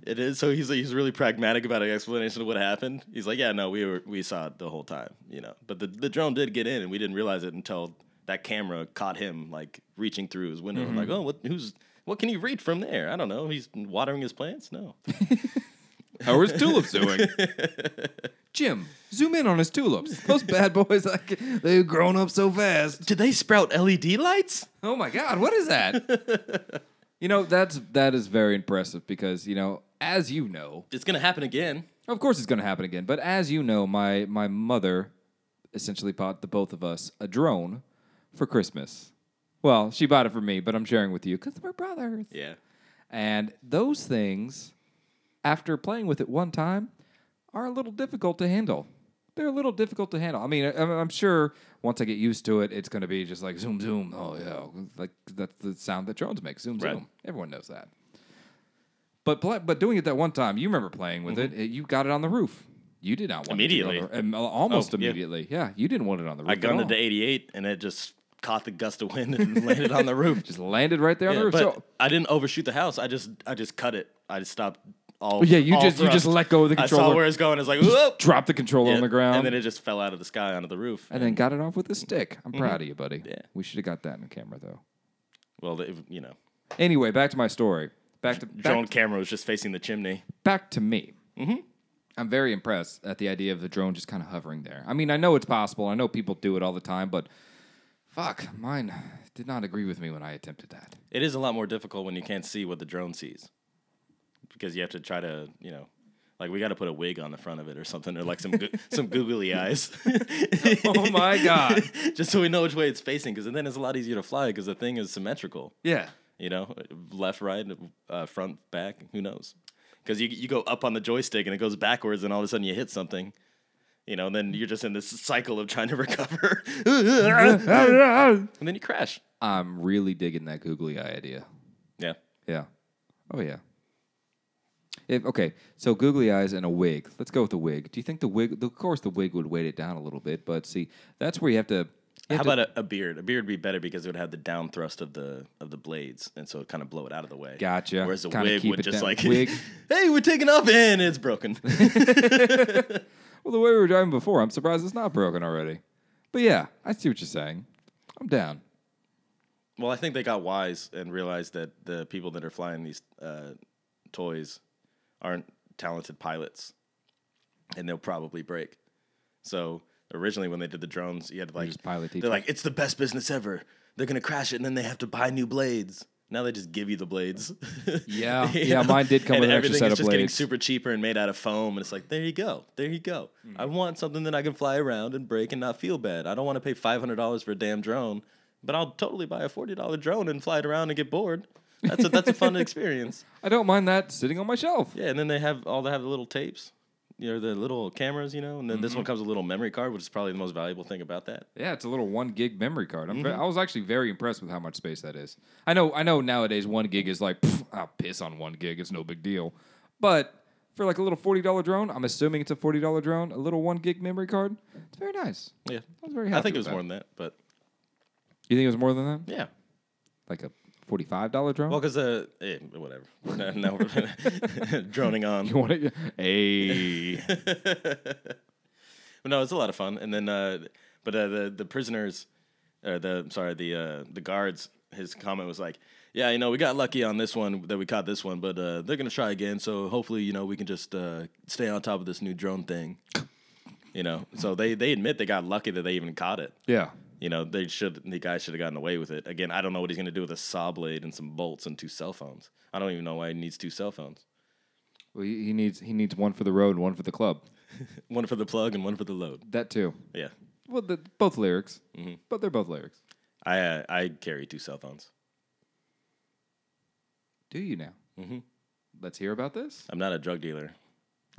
A: it is so he's he's really pragmatic about an explanation of what happened. He's like, "Yeah, no, we were we saw it the whole time, you know, but the the drone did get in, and we didn't realize it until." that camera caught him like reaching through his window. Like,
B: Mm-hmm.
A: oh, what? Who's? What can he read from there? I don't know. He's watering his plants. No,
B: How are his tulips
A: *laughs*
B: doing? Jim, zoom in on his tulips. Those bad boys, like they've grown up so fast.
A: did they sprout
B: E
A: LED lights?
B: Oh my God, what is that? you know, that's that is very impressive because you know, as you know,
A: It's gonna happen again.
B: of course it's going to happen again. But as you know, my my mother essentially bought the both of us a drone for Christmas. Well, she bought it for me, but I'm sharing with you because we're brothers.
A: Yeah,
B: And those things, after playing with it one time, are a little difficult to handle. They're a little difficult to handle. I mean, I, I'm I'm sure once I get used to it, it's going to be just like zoom, zoom. Oh, yeah. Like that's the sound that drones make zoom,
A: Right.
B: zoom. Everyone knows that. But pla but doing it that one time, you remember playing with it, it- You got it on the roof. You did not
A: Mm-hmm.
B: want
A: Immediately.
B: It to go on the- um, almost
A: Oh, yeah.
B: immediately. Yeah. You didn't want it on the roof.
A: I
B: at
A: gunned
B: all.
A: it to 88, and it just caught the gust of wind and *laughs* landed on the roof.
B: Just landed right there on
A: Yeah,
B: the roof.
A: but
B: So,
A: I didn't overshoot the house. I just I just cut it. I just stopped all.
B: Yeah, you
A: all
B: just- you just
A: thrust.
B: let go of the
A: I saw
B: controller.
A: where it's going. It's like whoop
B: dropped the controller
A: Yeah,
B: on the ground.
A: and then it just fell out of the sky onto the roof.
B: and then got it off with a stick. I'm proud of you, buddy.
A: Mm-hmm. Yeah.
B: We should have got that in camera though.
A: well, it, you know,
B: Anyway, back to my story. Back to
A: drone
B: back,
A: camera was just facing the chimney.
B: back to me. Mm-hmm. I'm very impressed at the idea of the drone just kind of hovering there. I mean, I know it's possible. I know people do it all the time, but fuck, mine did not agree with me when I
A: *laughs*
B: attempted that.
A: It is a lot more difficult when you can't see what the drone sees because you have to try to, you know, like we got to put a wig on the front of it or something, or like some goo- some googly eyes,
B: oh my god.
A: *laughs* just so we know which way it's facing. Because then it's a lot easier to fly because the thing is symmetrical. *laughs*
B: Yeah. *laughs*
A: You know, left, right, uh, front, back. Who knows? Because you you go up on the joystick and it goes backwards, and all of a sudden you hit something. You know, and then you're just in this cycle of trying to *laughs* recover, and then you crash.
B: I'm really digging that googly eye idea.
A: Yeah.
B: Yeah. Oh yeah. If okay, so googly eyes and a wig. Let's go with the wig. Do you think the wig? Of course, the wig would weight it down a little bit, but see, that's where you
A: *laughs*
B: have to. you
A: How
B: have to-
A: about a, a beard? A beard would be better because it would have the down thrust of the of the blades, and so it kind of blow it out of the way.
B: Gotcha.
A: Whereas a
B: Kinda
A: wig
B: keep
A: would
B: it
A: just
B: down.
A: like, *laughs*
B: Wig.
A: hey, we're taking off, and it's broken. *laughs*
B: well, the way we were driving before? I'm surprised it's not broken already. But yeah, I see what you're saying. I'm down.
A: well, I think they got wise and realized that the people that are flying these uh, toys aren't talented pilots, and they'll probably break. So originally, when they did the drones, you had to like
B: just pilot teach
A: They're
B: them.
A: like, it's the best business ever. They're gonna crash it, and then they have to buy new blades. Now they just give you the blades. *laughs*
B: Yeah,
A: You
B: yeah.
A: know?
B: Mine did come
A: and
B: with an extra
A: everything
B: set
A: is
B: of
A: just getting
B: blades.
A: super cheaper and made out of foam. And it's like, there you go, there you go. I
B: Mm-hmm.
A: want something that I can fly around and break and not feel bad. I don't want to pay five hundred dollars for a damn drone, but I'll totally buy a forty dollar drone and fly it around and get bored. That's a, that's a
B: *laughs*
A: fun experience.
B: I don't mind that sitting on my shelf.
A: Yeah, and then they have all they have the little tapes, you know, the little cameras, you know, and then this
B: Mm-hmm.
A: one comes with a little memory card, which is probably the most valuable thing about that.
B: Yeah, it's a little one gig memory card. I'm ve-
A: Mm-hmm.
B: I was actually very impressed with how much space that is. I know, I know. Nowadays, one gig is like "Pff, I'll piss on one gig. It's no big deal. But for like a little forty dollar drone, I'm assuming it's a forty dollar drone. A little one gig memory card. It's very nice.
A: Yeah,
B: I was very
A: I
B: happy
A: think
B: with
A: it was
B: that.
A: more than that, but
B: You think it was more than that?
A: yeah.
B: Like a forty five dollar drone.
A: Well, because uh, eh, whatever. *laughs* We're not, now we're *laughs* droning on.
B: *laughs* You
A: *laughs*
B: want it? Hey,
A: But no, it's a lot of fun. And then, uh, but uh, the the prisoners, or the sorry, the uh, the guards. His comment was like, "Yeah, you know, we got lucky on this one that we caught this one, but uh, they're gonna try again. So hopefully, you know, we can just uh, stay on top of this new drone thing." You know, so they they admit they got lucky that they even caught it.
B: yeah.
A: You know, they should the guy should have gotten away with it. Again, I don't know what he's gonna do with a saw blade and some bolts and two cell phones. I don't even know why he needs two cell phones.
B: Well, he he needs he needs one for the road, one for the club.
A: One for the plug and one for the load.
B: That too.
A: Yeah, Mm-hmm.
B: Well, the, both lyrics, but they're both lyrics.
A: I uh, I carry two cell phones.
B: Do you now? Mm-hmm. Let's hear about this.
A: I'm not a drug dealer.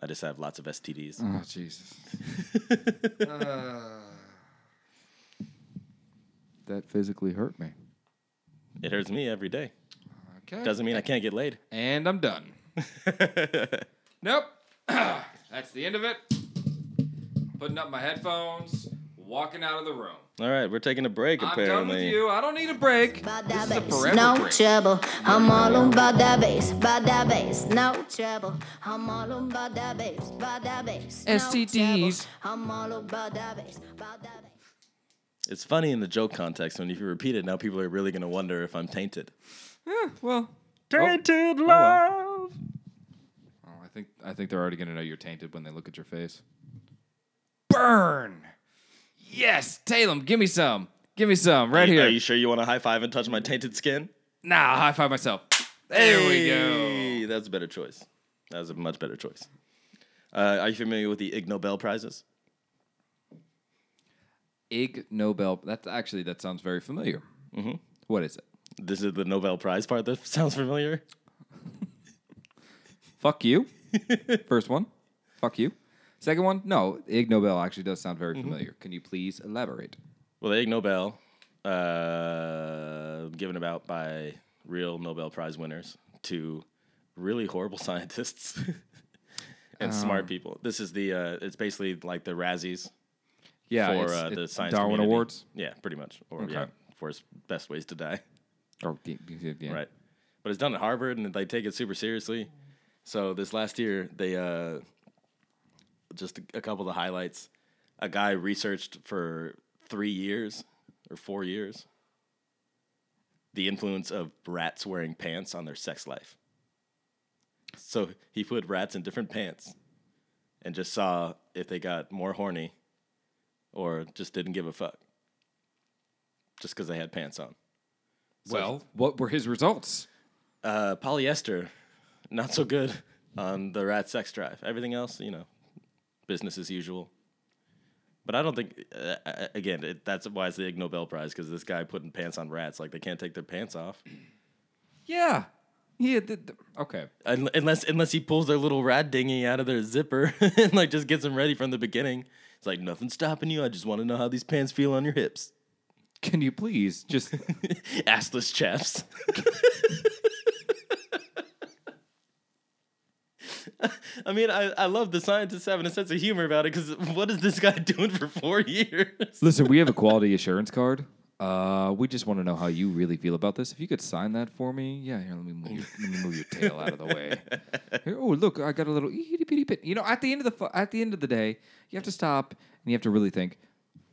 A: I just have lots of STDs.
B: *laughs* Oh Jesus! Ah. that physically hurt me.
A: It hurts me every day.
B: Okay.
A: Doesn't mean I can't get laid.
B: And I'm
A: *laughs*
B: done. nope. *clears throat* That's the end of it. Putting up my headphones, walking out of the room.
A: All right, we're taking a break apparently.
B: I'm done with you. I don't need a break.
F: About that
B: This is a
F: bass,
B: forever
F: no
B: break.
F: trouble. I'm all about that bass, about that bass, no trouble. I'm all about that bass, about that bass. no
B: STDs.
F: trouble. I'm all about that bass, about that bass.
A: It's funny in the joke context when if you repeat it, now people are really gonna wonder if I'm tainted.
B: Yeah, well,
A: Tainted
B: love. oh, I think I think they're already gonna know you're tainted when they look at your face. Burn. Yes, Talem, give me some. Give me some right
A: Are
B: here.
A: you sure you want to high five and touch my tainted skin?
B: Nah, high five myself. There we go.
A: Hey, That's a better choice. That was a much better choice. Uh, are you familiar with the Ig Nobel prizes?
B: Ig Nobel. That's actually that sounds very familiar. Mm-hmm. is it?
A: This is the Nobel Prize part that *laughs* sounds familiar.
B: Fuck you. First one. Fuck you. Second one. No, Ig Nobel actually does sound very familiar. Can you please elaborate?
A: Well, the Ig Nobel, uh, given about by real Nobel Prize winners to really horrible *laughs* scientists and
B: Oh.
A: smart people. This is the, uh, it's basically like the Razzies
B: Yeah,
A: for
B: it's-
A: uh, the
B: it's
A: science
B: Darwin
A: community.
B: Awards.
A: Yeah, pretty much. Or, yeah, for its best ways to die.
B: Or yeah, yeah, yeah.
A: Right. But it's done at Harvard and they take it super seriously. So this last year, they uh, just a, a couple of the highlights. A guy researched for three years or four years the influence of rats wearing pants on their sex life. So he put rats in different pants and just saw if they got more horny or just didn't give a fuck just because they had pants on.
B: Well, what were his results?
A: uh, polyester, not so good on the rat sex drive. Everything else, you know, business as usual. But I don't think, uh, uh, again, it, that's why it's the Ig Nobel Prize because this guy putting pants on rats, like they can't take their pants off
B: Yeah. Yeah. th- th- okay.
A: Un- unless unless he pulls their little rat dinghy out of their zipper *laughs* and like just gets them ready from the beginning. It's like nothing's stopping you. I just want to know how these pants feel on your hips.
B: Can you please just
A: *laughs* Assless chaps. I mean, I, I love the scientists having a sense of humor about it because what is this guy *laughs* doing for four years?
B: listen? We have a quality assurance card. Uh, we just want to know how you really feel about this. If you could sign that for me, yeah. Here, let me move. Your, let me move your tail out of the way. Here, oh, look, I got a little itty bitty bit. You know, at the end of the fu- at the end of the day, you have to stop and you have to really think.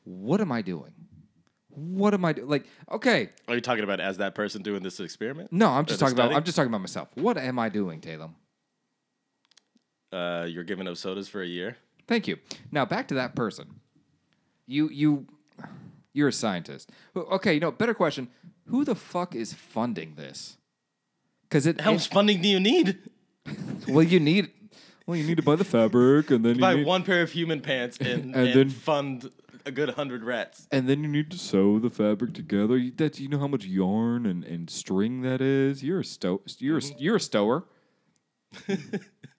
B: What am I doing? What am I doing? Like, okay,
A: Are you talking about as that person doing this experiment?
B: no, I'm just
A: Or the
B: talking about.
A: study?
B: I'm just talking about myself. What am I doing, Talem?
A: Uh, you're giving up sodas for a year.
B: Thank you. Now back to that person. You you you're a scientist. Well, Okay, you know, better question. Who the fuck is funding this? Cuz it,
A: How much funding do you need?
B: well you need well you need to buy the fabric and then
A: Buy
B: you need,
A: one pair of human pants and,
B: *laughs* And
A: and
B: then-
A: fund a good hundred rats.
B: And then you need to sew the fabric together. You, that you know how much yarn and, and string that is. You're a stow. You're
A: Mm-hmm.
B: a, you're a
A: *laughs*
B: stower.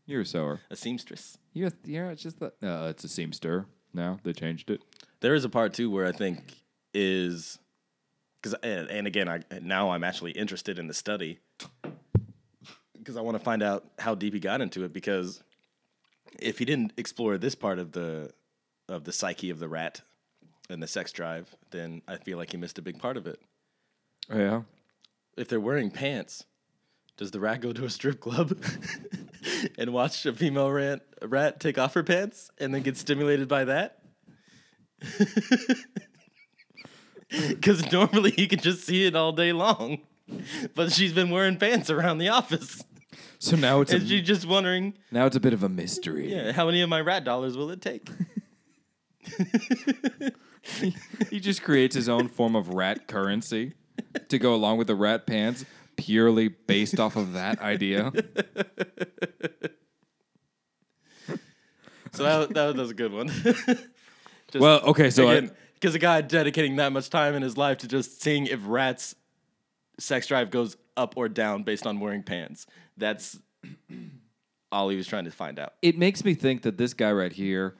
B: you're a sewer.
A: A seamstress.
B: You're you're it's just the. Uh, it's a seamster now. They changed it.
A: There is a part too where I think is because and, and again I now I'm actually interested in the study because I want to find out how deep he got into it because if he didn't explore this part of the of the psyche of the rat and the sex drive, then I feel like he missed a big part of it.
B: Oh, yeah.
A: If they're wearing pants, does the rat go to a strip club *laughs* and watch a female rat, rat take off her pants and then get stimulated by that? *laughs* Because normally you can just see it all day long. But she's been wearing pants around the office.
B: So now it's a,
A: And she's just wondering,
B: now it's a bit of a mystery.
A: yeah, how many of my rat dollars will it take?
B: He just creates his own form of rat currency to go along with the rat pants, purely based off of that idea.
A: So that, that was a good one. *laughs*
B: Well, okay, so I-
A: Because a guy dedicating that much time in his life to just seeing if rats' sex drive goes up or down based on wearing pants. That's *clears throat* all he was trying to find out.
B: it makes me think that this guy right here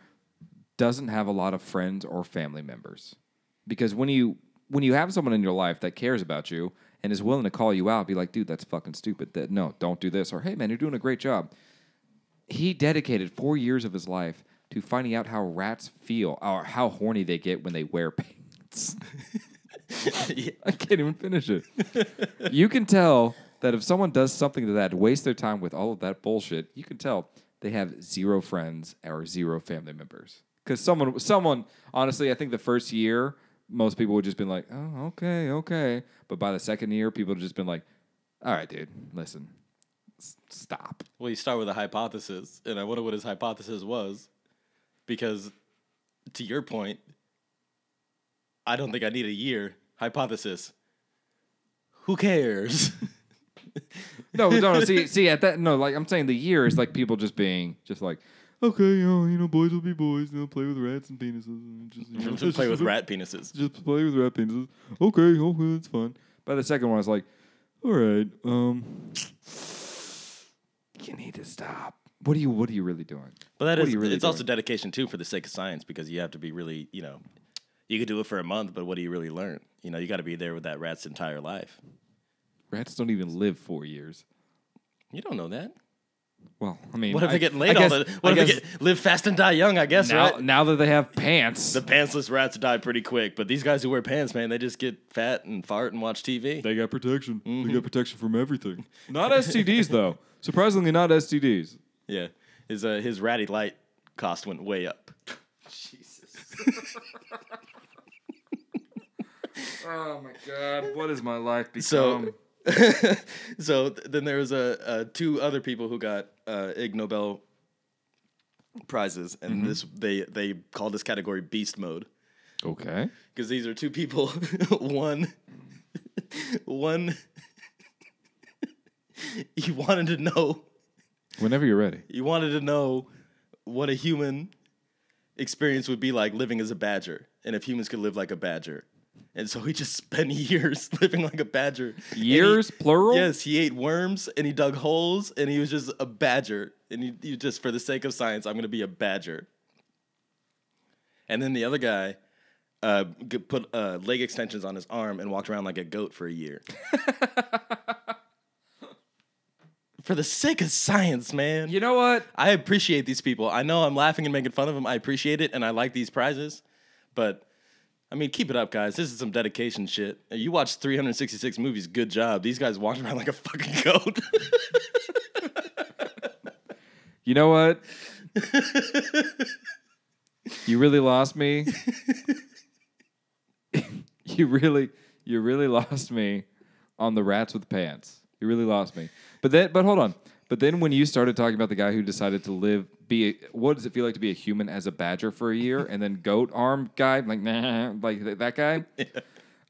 B: doesn't have a lot of friends or family members because when you when you have someone in your life that cares about you and is willing to call you out be like dude that's fucking stupid that no don't do this or hey man you're doing a great job he dedicated four years of his life to finding out how rats feel or how horny they get when they wear *laughs* pants i can't even finish it you can tell that if someone does something to that, waste their time with all of that bullshit, you can tell they have zero friends or zero family members. Because someone, someone, honestly, I think the first year, most people would just been like, oh, okay, okay. But by the second year, people have just been like, all right, dude, listen, s- stop.
A: Well, you start with a hypothesis, and I wonder what his hypothesis was. Because to your point, I don't think I need a year. Hypothesis. Who cares?
B: No, no, no. See, see, at that, no, like I'm saying, the year is like people just being just like, okay, you know, you know, boys will be boys, you know, play with rats and penises, and just, you
A: *laughs*
B: know,
A: just *laughs* play
B: *laughs*
A: with rat penises.
B: just play with rat penises. Okay, okay, that's fun. By the second one, I was like, all right, um, you need to stop. What are you? What are you really doing?
A: But that is
B: What are you really
A: it's also
B: doing?
A: dedication too for the sake of science because you have to be really, you know, you could do it for a month, but what do you really learn? You know, you got to be there with that rat's entire life.
B: Rats don't even live four years.
A: You don't know that.
B: Well, I mean,
A: What if
B: I,
A: they get
B: I
A: laid
B: guess,
A: all the What
B: I
A: if they
B: guess
A: get live fast and die young, I guess,
B: now,
A: right?
B: now that they have pants,
A: The pantsless rats die pretty quick, but these guys who wear pants, man, they just get fat and fart and watch TV.
B: they got protection.
A: Mm-hmm.
B: They got protection from everything. Not STDs though. Surprisingly, not STDs.
A: yeah. His uh, his ratty light cost went way up. *laughs*
B: Oh my god, what is my life become?
A: So- So th- then there was a uh, two other people who got uh, Ig Nobel prizes, and
B: Mm-hmm.
A: this they they call this category beast mode
B: okay,
A: because these are two people. *laughs* one, one. you wanted to know.
B: whenever you're ready.
A: You wanted to know what a human experience would be like living as a badger, and if humans could live like a badger. And so he just spent *laughs* years living like a badger. And he-
B: Years plural.
A: Yes, he ate worms and he dug holes and he was just a badger. And he, he just, for the sake of science, I'm going to be a badger. And then the other guy uh, g- put uh, leg extensions on his arm and walked around like a goat for a year. for the sake of science, man.
B: You know what?
A: I appreciate these people. I know I'm laughing and making fun of them. I appreciate it and I like these prizes. But I mean, keep it up, guys. This is some dedication shit. You watched 366 movies. Good job. These guys walked around like a fucking goat. *laughs*
B: You know what? you really lost me. *laughs* you really, you really lost me on the rats with pants. You really lost me. But then, but hold on. But then when you started talking about the guy who decided to live, be a, what does it feel like to be a human as a badger for a year, and then goat arm guy, like nah, like th- that guy,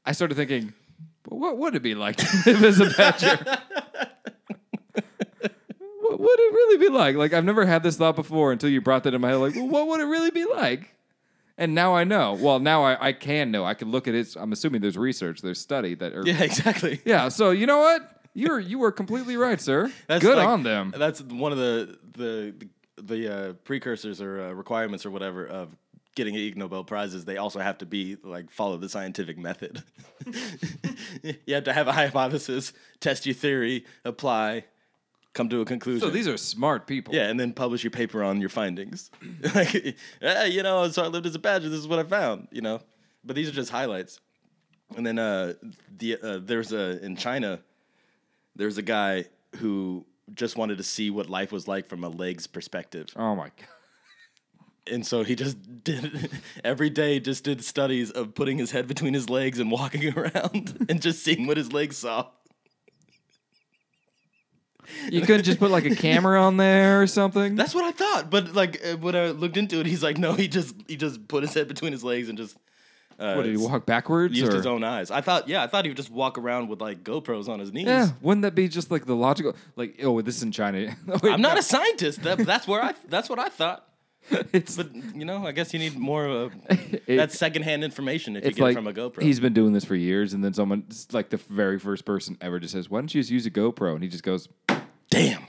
B: I started thinking, but what would it be like to live as a
A: *laughs*
B: badger? what would it really be like? Like I've never had this thought before until you brought that in my head. Like, well, what would it really be like? And now I know. Well, now I, I can know. I can look at it. I'm assuming there's research, there's study that. Or,
A: Yeah, exactly.
B: Yeah, So you know what? You're you were completely right,
A: *laughs*
B: sir. Good
A: like-
B: on them.
A: That's one of the the the uh, precursors or uh, requirements or whatever of getting Ig Nobel prizes. They also have to be like follow the scientific method. *laughs* you have to have a hypothesis, test your theory, apply, come to a conclusion.
B: So these are smart people.
A: yeah, and then publish your paper on your findings. *laughs* like, eh, you know, so I lived as a badger. This is what I found. You know, but these are just highlights. And then uh, the uh, there's a in China, there's a guy who just wanted to see what life was like from a legs perspective,
B: Oh my god.
A: and so he just *laughs* did every day. Just did studies of putting his head between his legs and walking *laughs* around, and just seeing what his legs saw.
B: You could just put like a camera on there or something.
A: That's what I thought, but like uh, when I looked into it, he's like, no, he just he just put his head between his legs and just. Uh,
B: what did he walk backwards?
A: used
B: or?
A: his own eyes. I thought, yeah, I thought he would just walk around with like GoPros on his knees.
B: Yeah, wouldn't that be just like the logical? Like, oh, this is in China. *laughs* Wait,
A: I'm not a scientist. That, that's where I. That's what I thought.
B: It's,
A: But you know, I guess you need more of
B: *laughs*
A: a, that's secondhand information if you
B: it's
A: get
B: like
A: it from a GoPro.
B: he's been doing this for years, and then someone, it's like the very first person ever, just says, "Why don't you just use a GoPro?" And he just goes,
A: damn.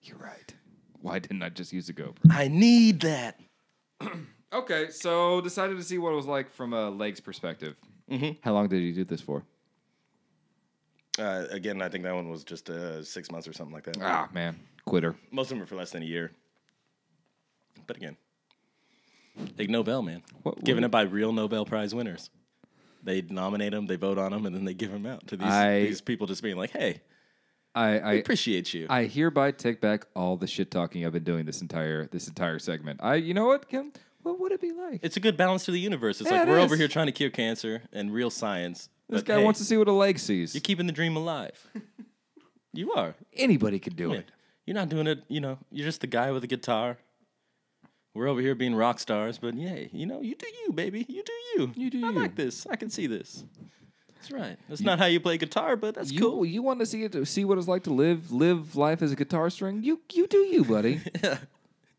B: "You're right. Why didn't I just use a GoPro?"
A: I need that.
B: Okay, so decided to see what it was like from a legs perspective.
A: Mm-hmm.
B: How long did you do this for?
A: Uh, again, I think that one was just uh, six months or something like that.
B: Ah, man, quitter.
A: Most of them were for less than a year. But again, Ig Nobel, man,
B: What-
A: given
B: what-
A: it by real Nobel Prize winners. They nominate them, they vote on them, and then they give them out to these
B: I-
A: these people, just being like, "Hey,
B: I
A: appreciate you."
B: I, I hereby take back all the shit talking I've been doing this entire this entire segment. I, you know what, Kim? What would it be like?
A: it's a good balance to the universe. It's
B: Yeah,
A: like
B: it
A: we're
B: is.
A: over here trying to cure cancer and real science.
B: this
A: but
B: guy
A: hey,
B: wants to see what a leg sees.
A: You're keeping the dream
B: *laughs*
A: alive. you are.
B: Anybody could do
A: Man, You're not doing it. You know, you're just the guy with a guitar. We're over here being rock stars, but yay, you know, you do you, baby. You do you.
B: You do
A: I
B: you.
A: like this. I can see this. That's right. That's not how you play guitar, but that's
B: You
A: cool.
B: you want to see it see what it's like to live live life as a guitar string? You you do you, buddy.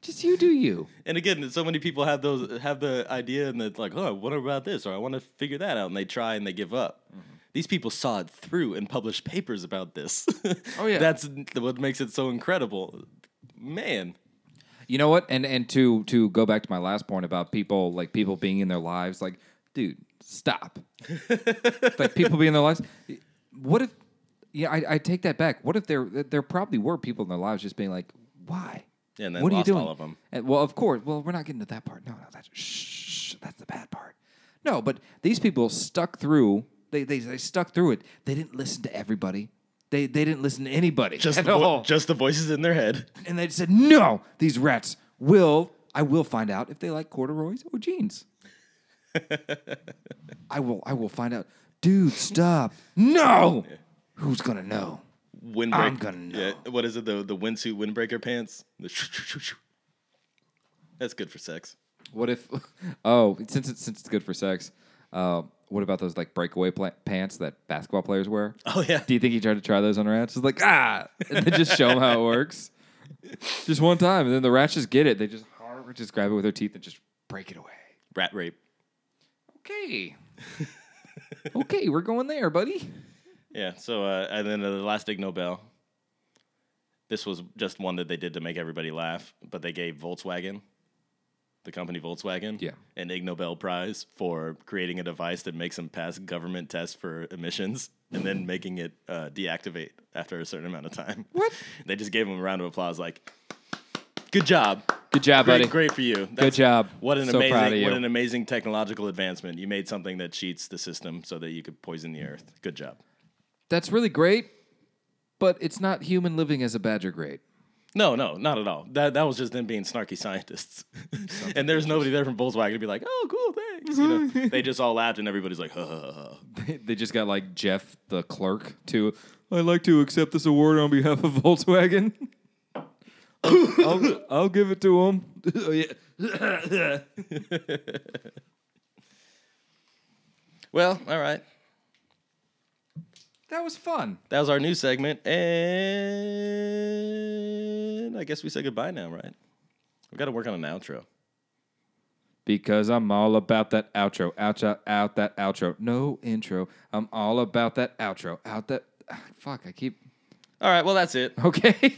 B: Just you do you.
A: And again, so many people have those have the idea and it's like, oh, what about this? Or I want to figure that out, and they try and they give up. These people saw it through and published papers about *laughs* this.
B: Oh, yeah.
A: that's what makes it so incredible, man.
B: You know what? And and to to go back to my last point about people like people being in their lives, like, dude,
A: *laughs*
B: stop. like people being in their lives. What if? Yeah, I, I take that back. What if there there probably were people in their lives just being like, why?
A: Yeah, and then
B: what
A: lost
B: are you doing?
A: all of 'em.
B: And, well, of course. Well, we're not getting to that part. No, no, that's shh. That's the bad part. No, but these people stuck through. They they, they stuck through it. They didn't listen to everybody. They they didn't listen to anybody
A: Just
B: *laughs* at
A: the, vo-
B: all
A: just the voices in their head.
B: and they said, "No, these rats will. I will find out if they like corduroys or jeans. I will. I will find out, dude. Stop. No. Who's gonna know?
A: Windbreaker.
B: I'm gonna
A: Yeah, what is it? The the windsuit windbreaker pants. The shoo, shoo, shoo, shoo. That's good for sex.
B: What if? *laughs* Oh, since it's since it's good for sex. Uh, what about those like breakaway pla- pants that basketball players wear?
A: Oh yeah.
B: Do you think he tried to try those on rats? It's like ah, and then just show them how it works, just one time, and then the rats just get it. They just just grab it with their teeth and just break it away.
A: Rat rape.
B: Okay. *laughs* okay, we're going there, buddy.
A: Yeah. So uh, and then the last Ig Nobel. This was just one that they did to make everybody laugh, but they gave Volkswagen, the company Volkswagen,
B: Yeah.
A: an Ig Nobel Prize for creating a device that makes them pass government tests for emissions and then making it uh, deactivate after a certain amount of time.
B: What?
A: *laughs* They just gave them a round of applause, like, "Good job,
B: Good job,
A: great,
B: buddy.
A: great for you. That's-
B: job.
A: What an
B: So
A: amazing,
B: proud of you.
A: what an amazing technological advancement. You made something that cheats the system so that you could poison the earth. Good job.
B: That's really great, but it's not human living as a badger great.
A: No, no, not at all. That that was just them being snarky scientists. *laughs* and there's nobody there from Volkswagen to be like, "Oh, cool, thanks." You *laughs* know, they just all laughed, and everybody's like, "Ha ha ha." ha.
B: *laughs* they just got like Jeff the clerk to I'd like to accept this award on behalf of *laughs* Volkswagen. I'll, I'll give it to him. oh, *laughs* yeah.
A: Well, all right.
B: That was fun.
A: That was our new segment, and I guess we say goodbye now, right? We got to work on an outro.
B: Because I'm all about that outro, outro, out that outro. No intro. I'm all about that outro, out that. ah, Fuck, I keep. *laughs*
A: All right, well, that's it.
B: Okay.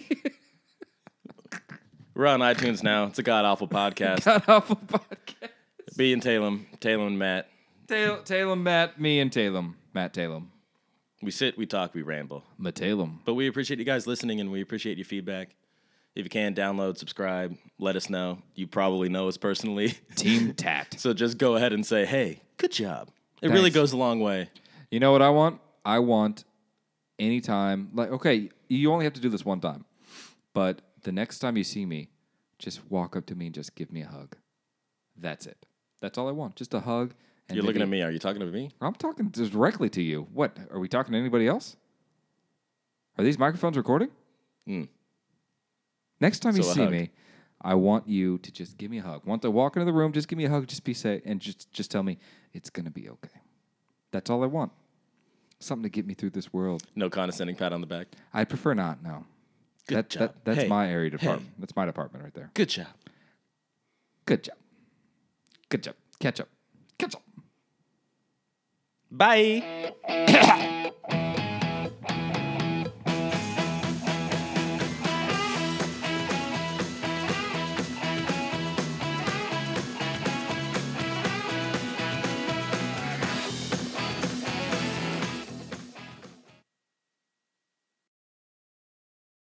A: We're on iTunes now. It's a god awful *laughs* podcast.
B: Got off a podcast.
A: B and Talem, Talem and Matt.
B: Tal- Talem, Matt, me, and Talem. Matt Talem.
A: We sit, we talk, we ramble.
B: Matt Talem.
A: But we appreciate you guys listening and we appreciate your feedback. If you can, download, subscribe, let us know. You probably know us personally. *laughs*
B: Team *laughs* Tat.
A: So just go ahead and say, hey, good job. It really
B: Thanks.
A: goes a long way.
B: You know what I want? I want anytime, like, okay, you only have to do this one time. But the next time you see me, just walk up to me and just give me a hug. That's it. That's all I want. Just a hug. And
A: You're
B: maybe-
A: looking at me. Are you talking to me?
B: I'm talking directly to you. What? Are we talking to anybody else? Are these microphones recording? Next time you
A: Hmm. So a
B: see
A: hug.
B: me, I want you to just give me a hug. Once I walk into the room, just give me a hug. Just be safe and just just tell me it's gonna be okay. That's all I want. Something to get me through this world.
A: No condescending pat on the back.
B: I prefer not. No.
A: Good
B: that,
A: job.
B: that- that's
A: Hey,
B: my area department. That's my department right there.
A: Good job.
B: Good job. Good job. Catch up. Catch up.
A: Bye.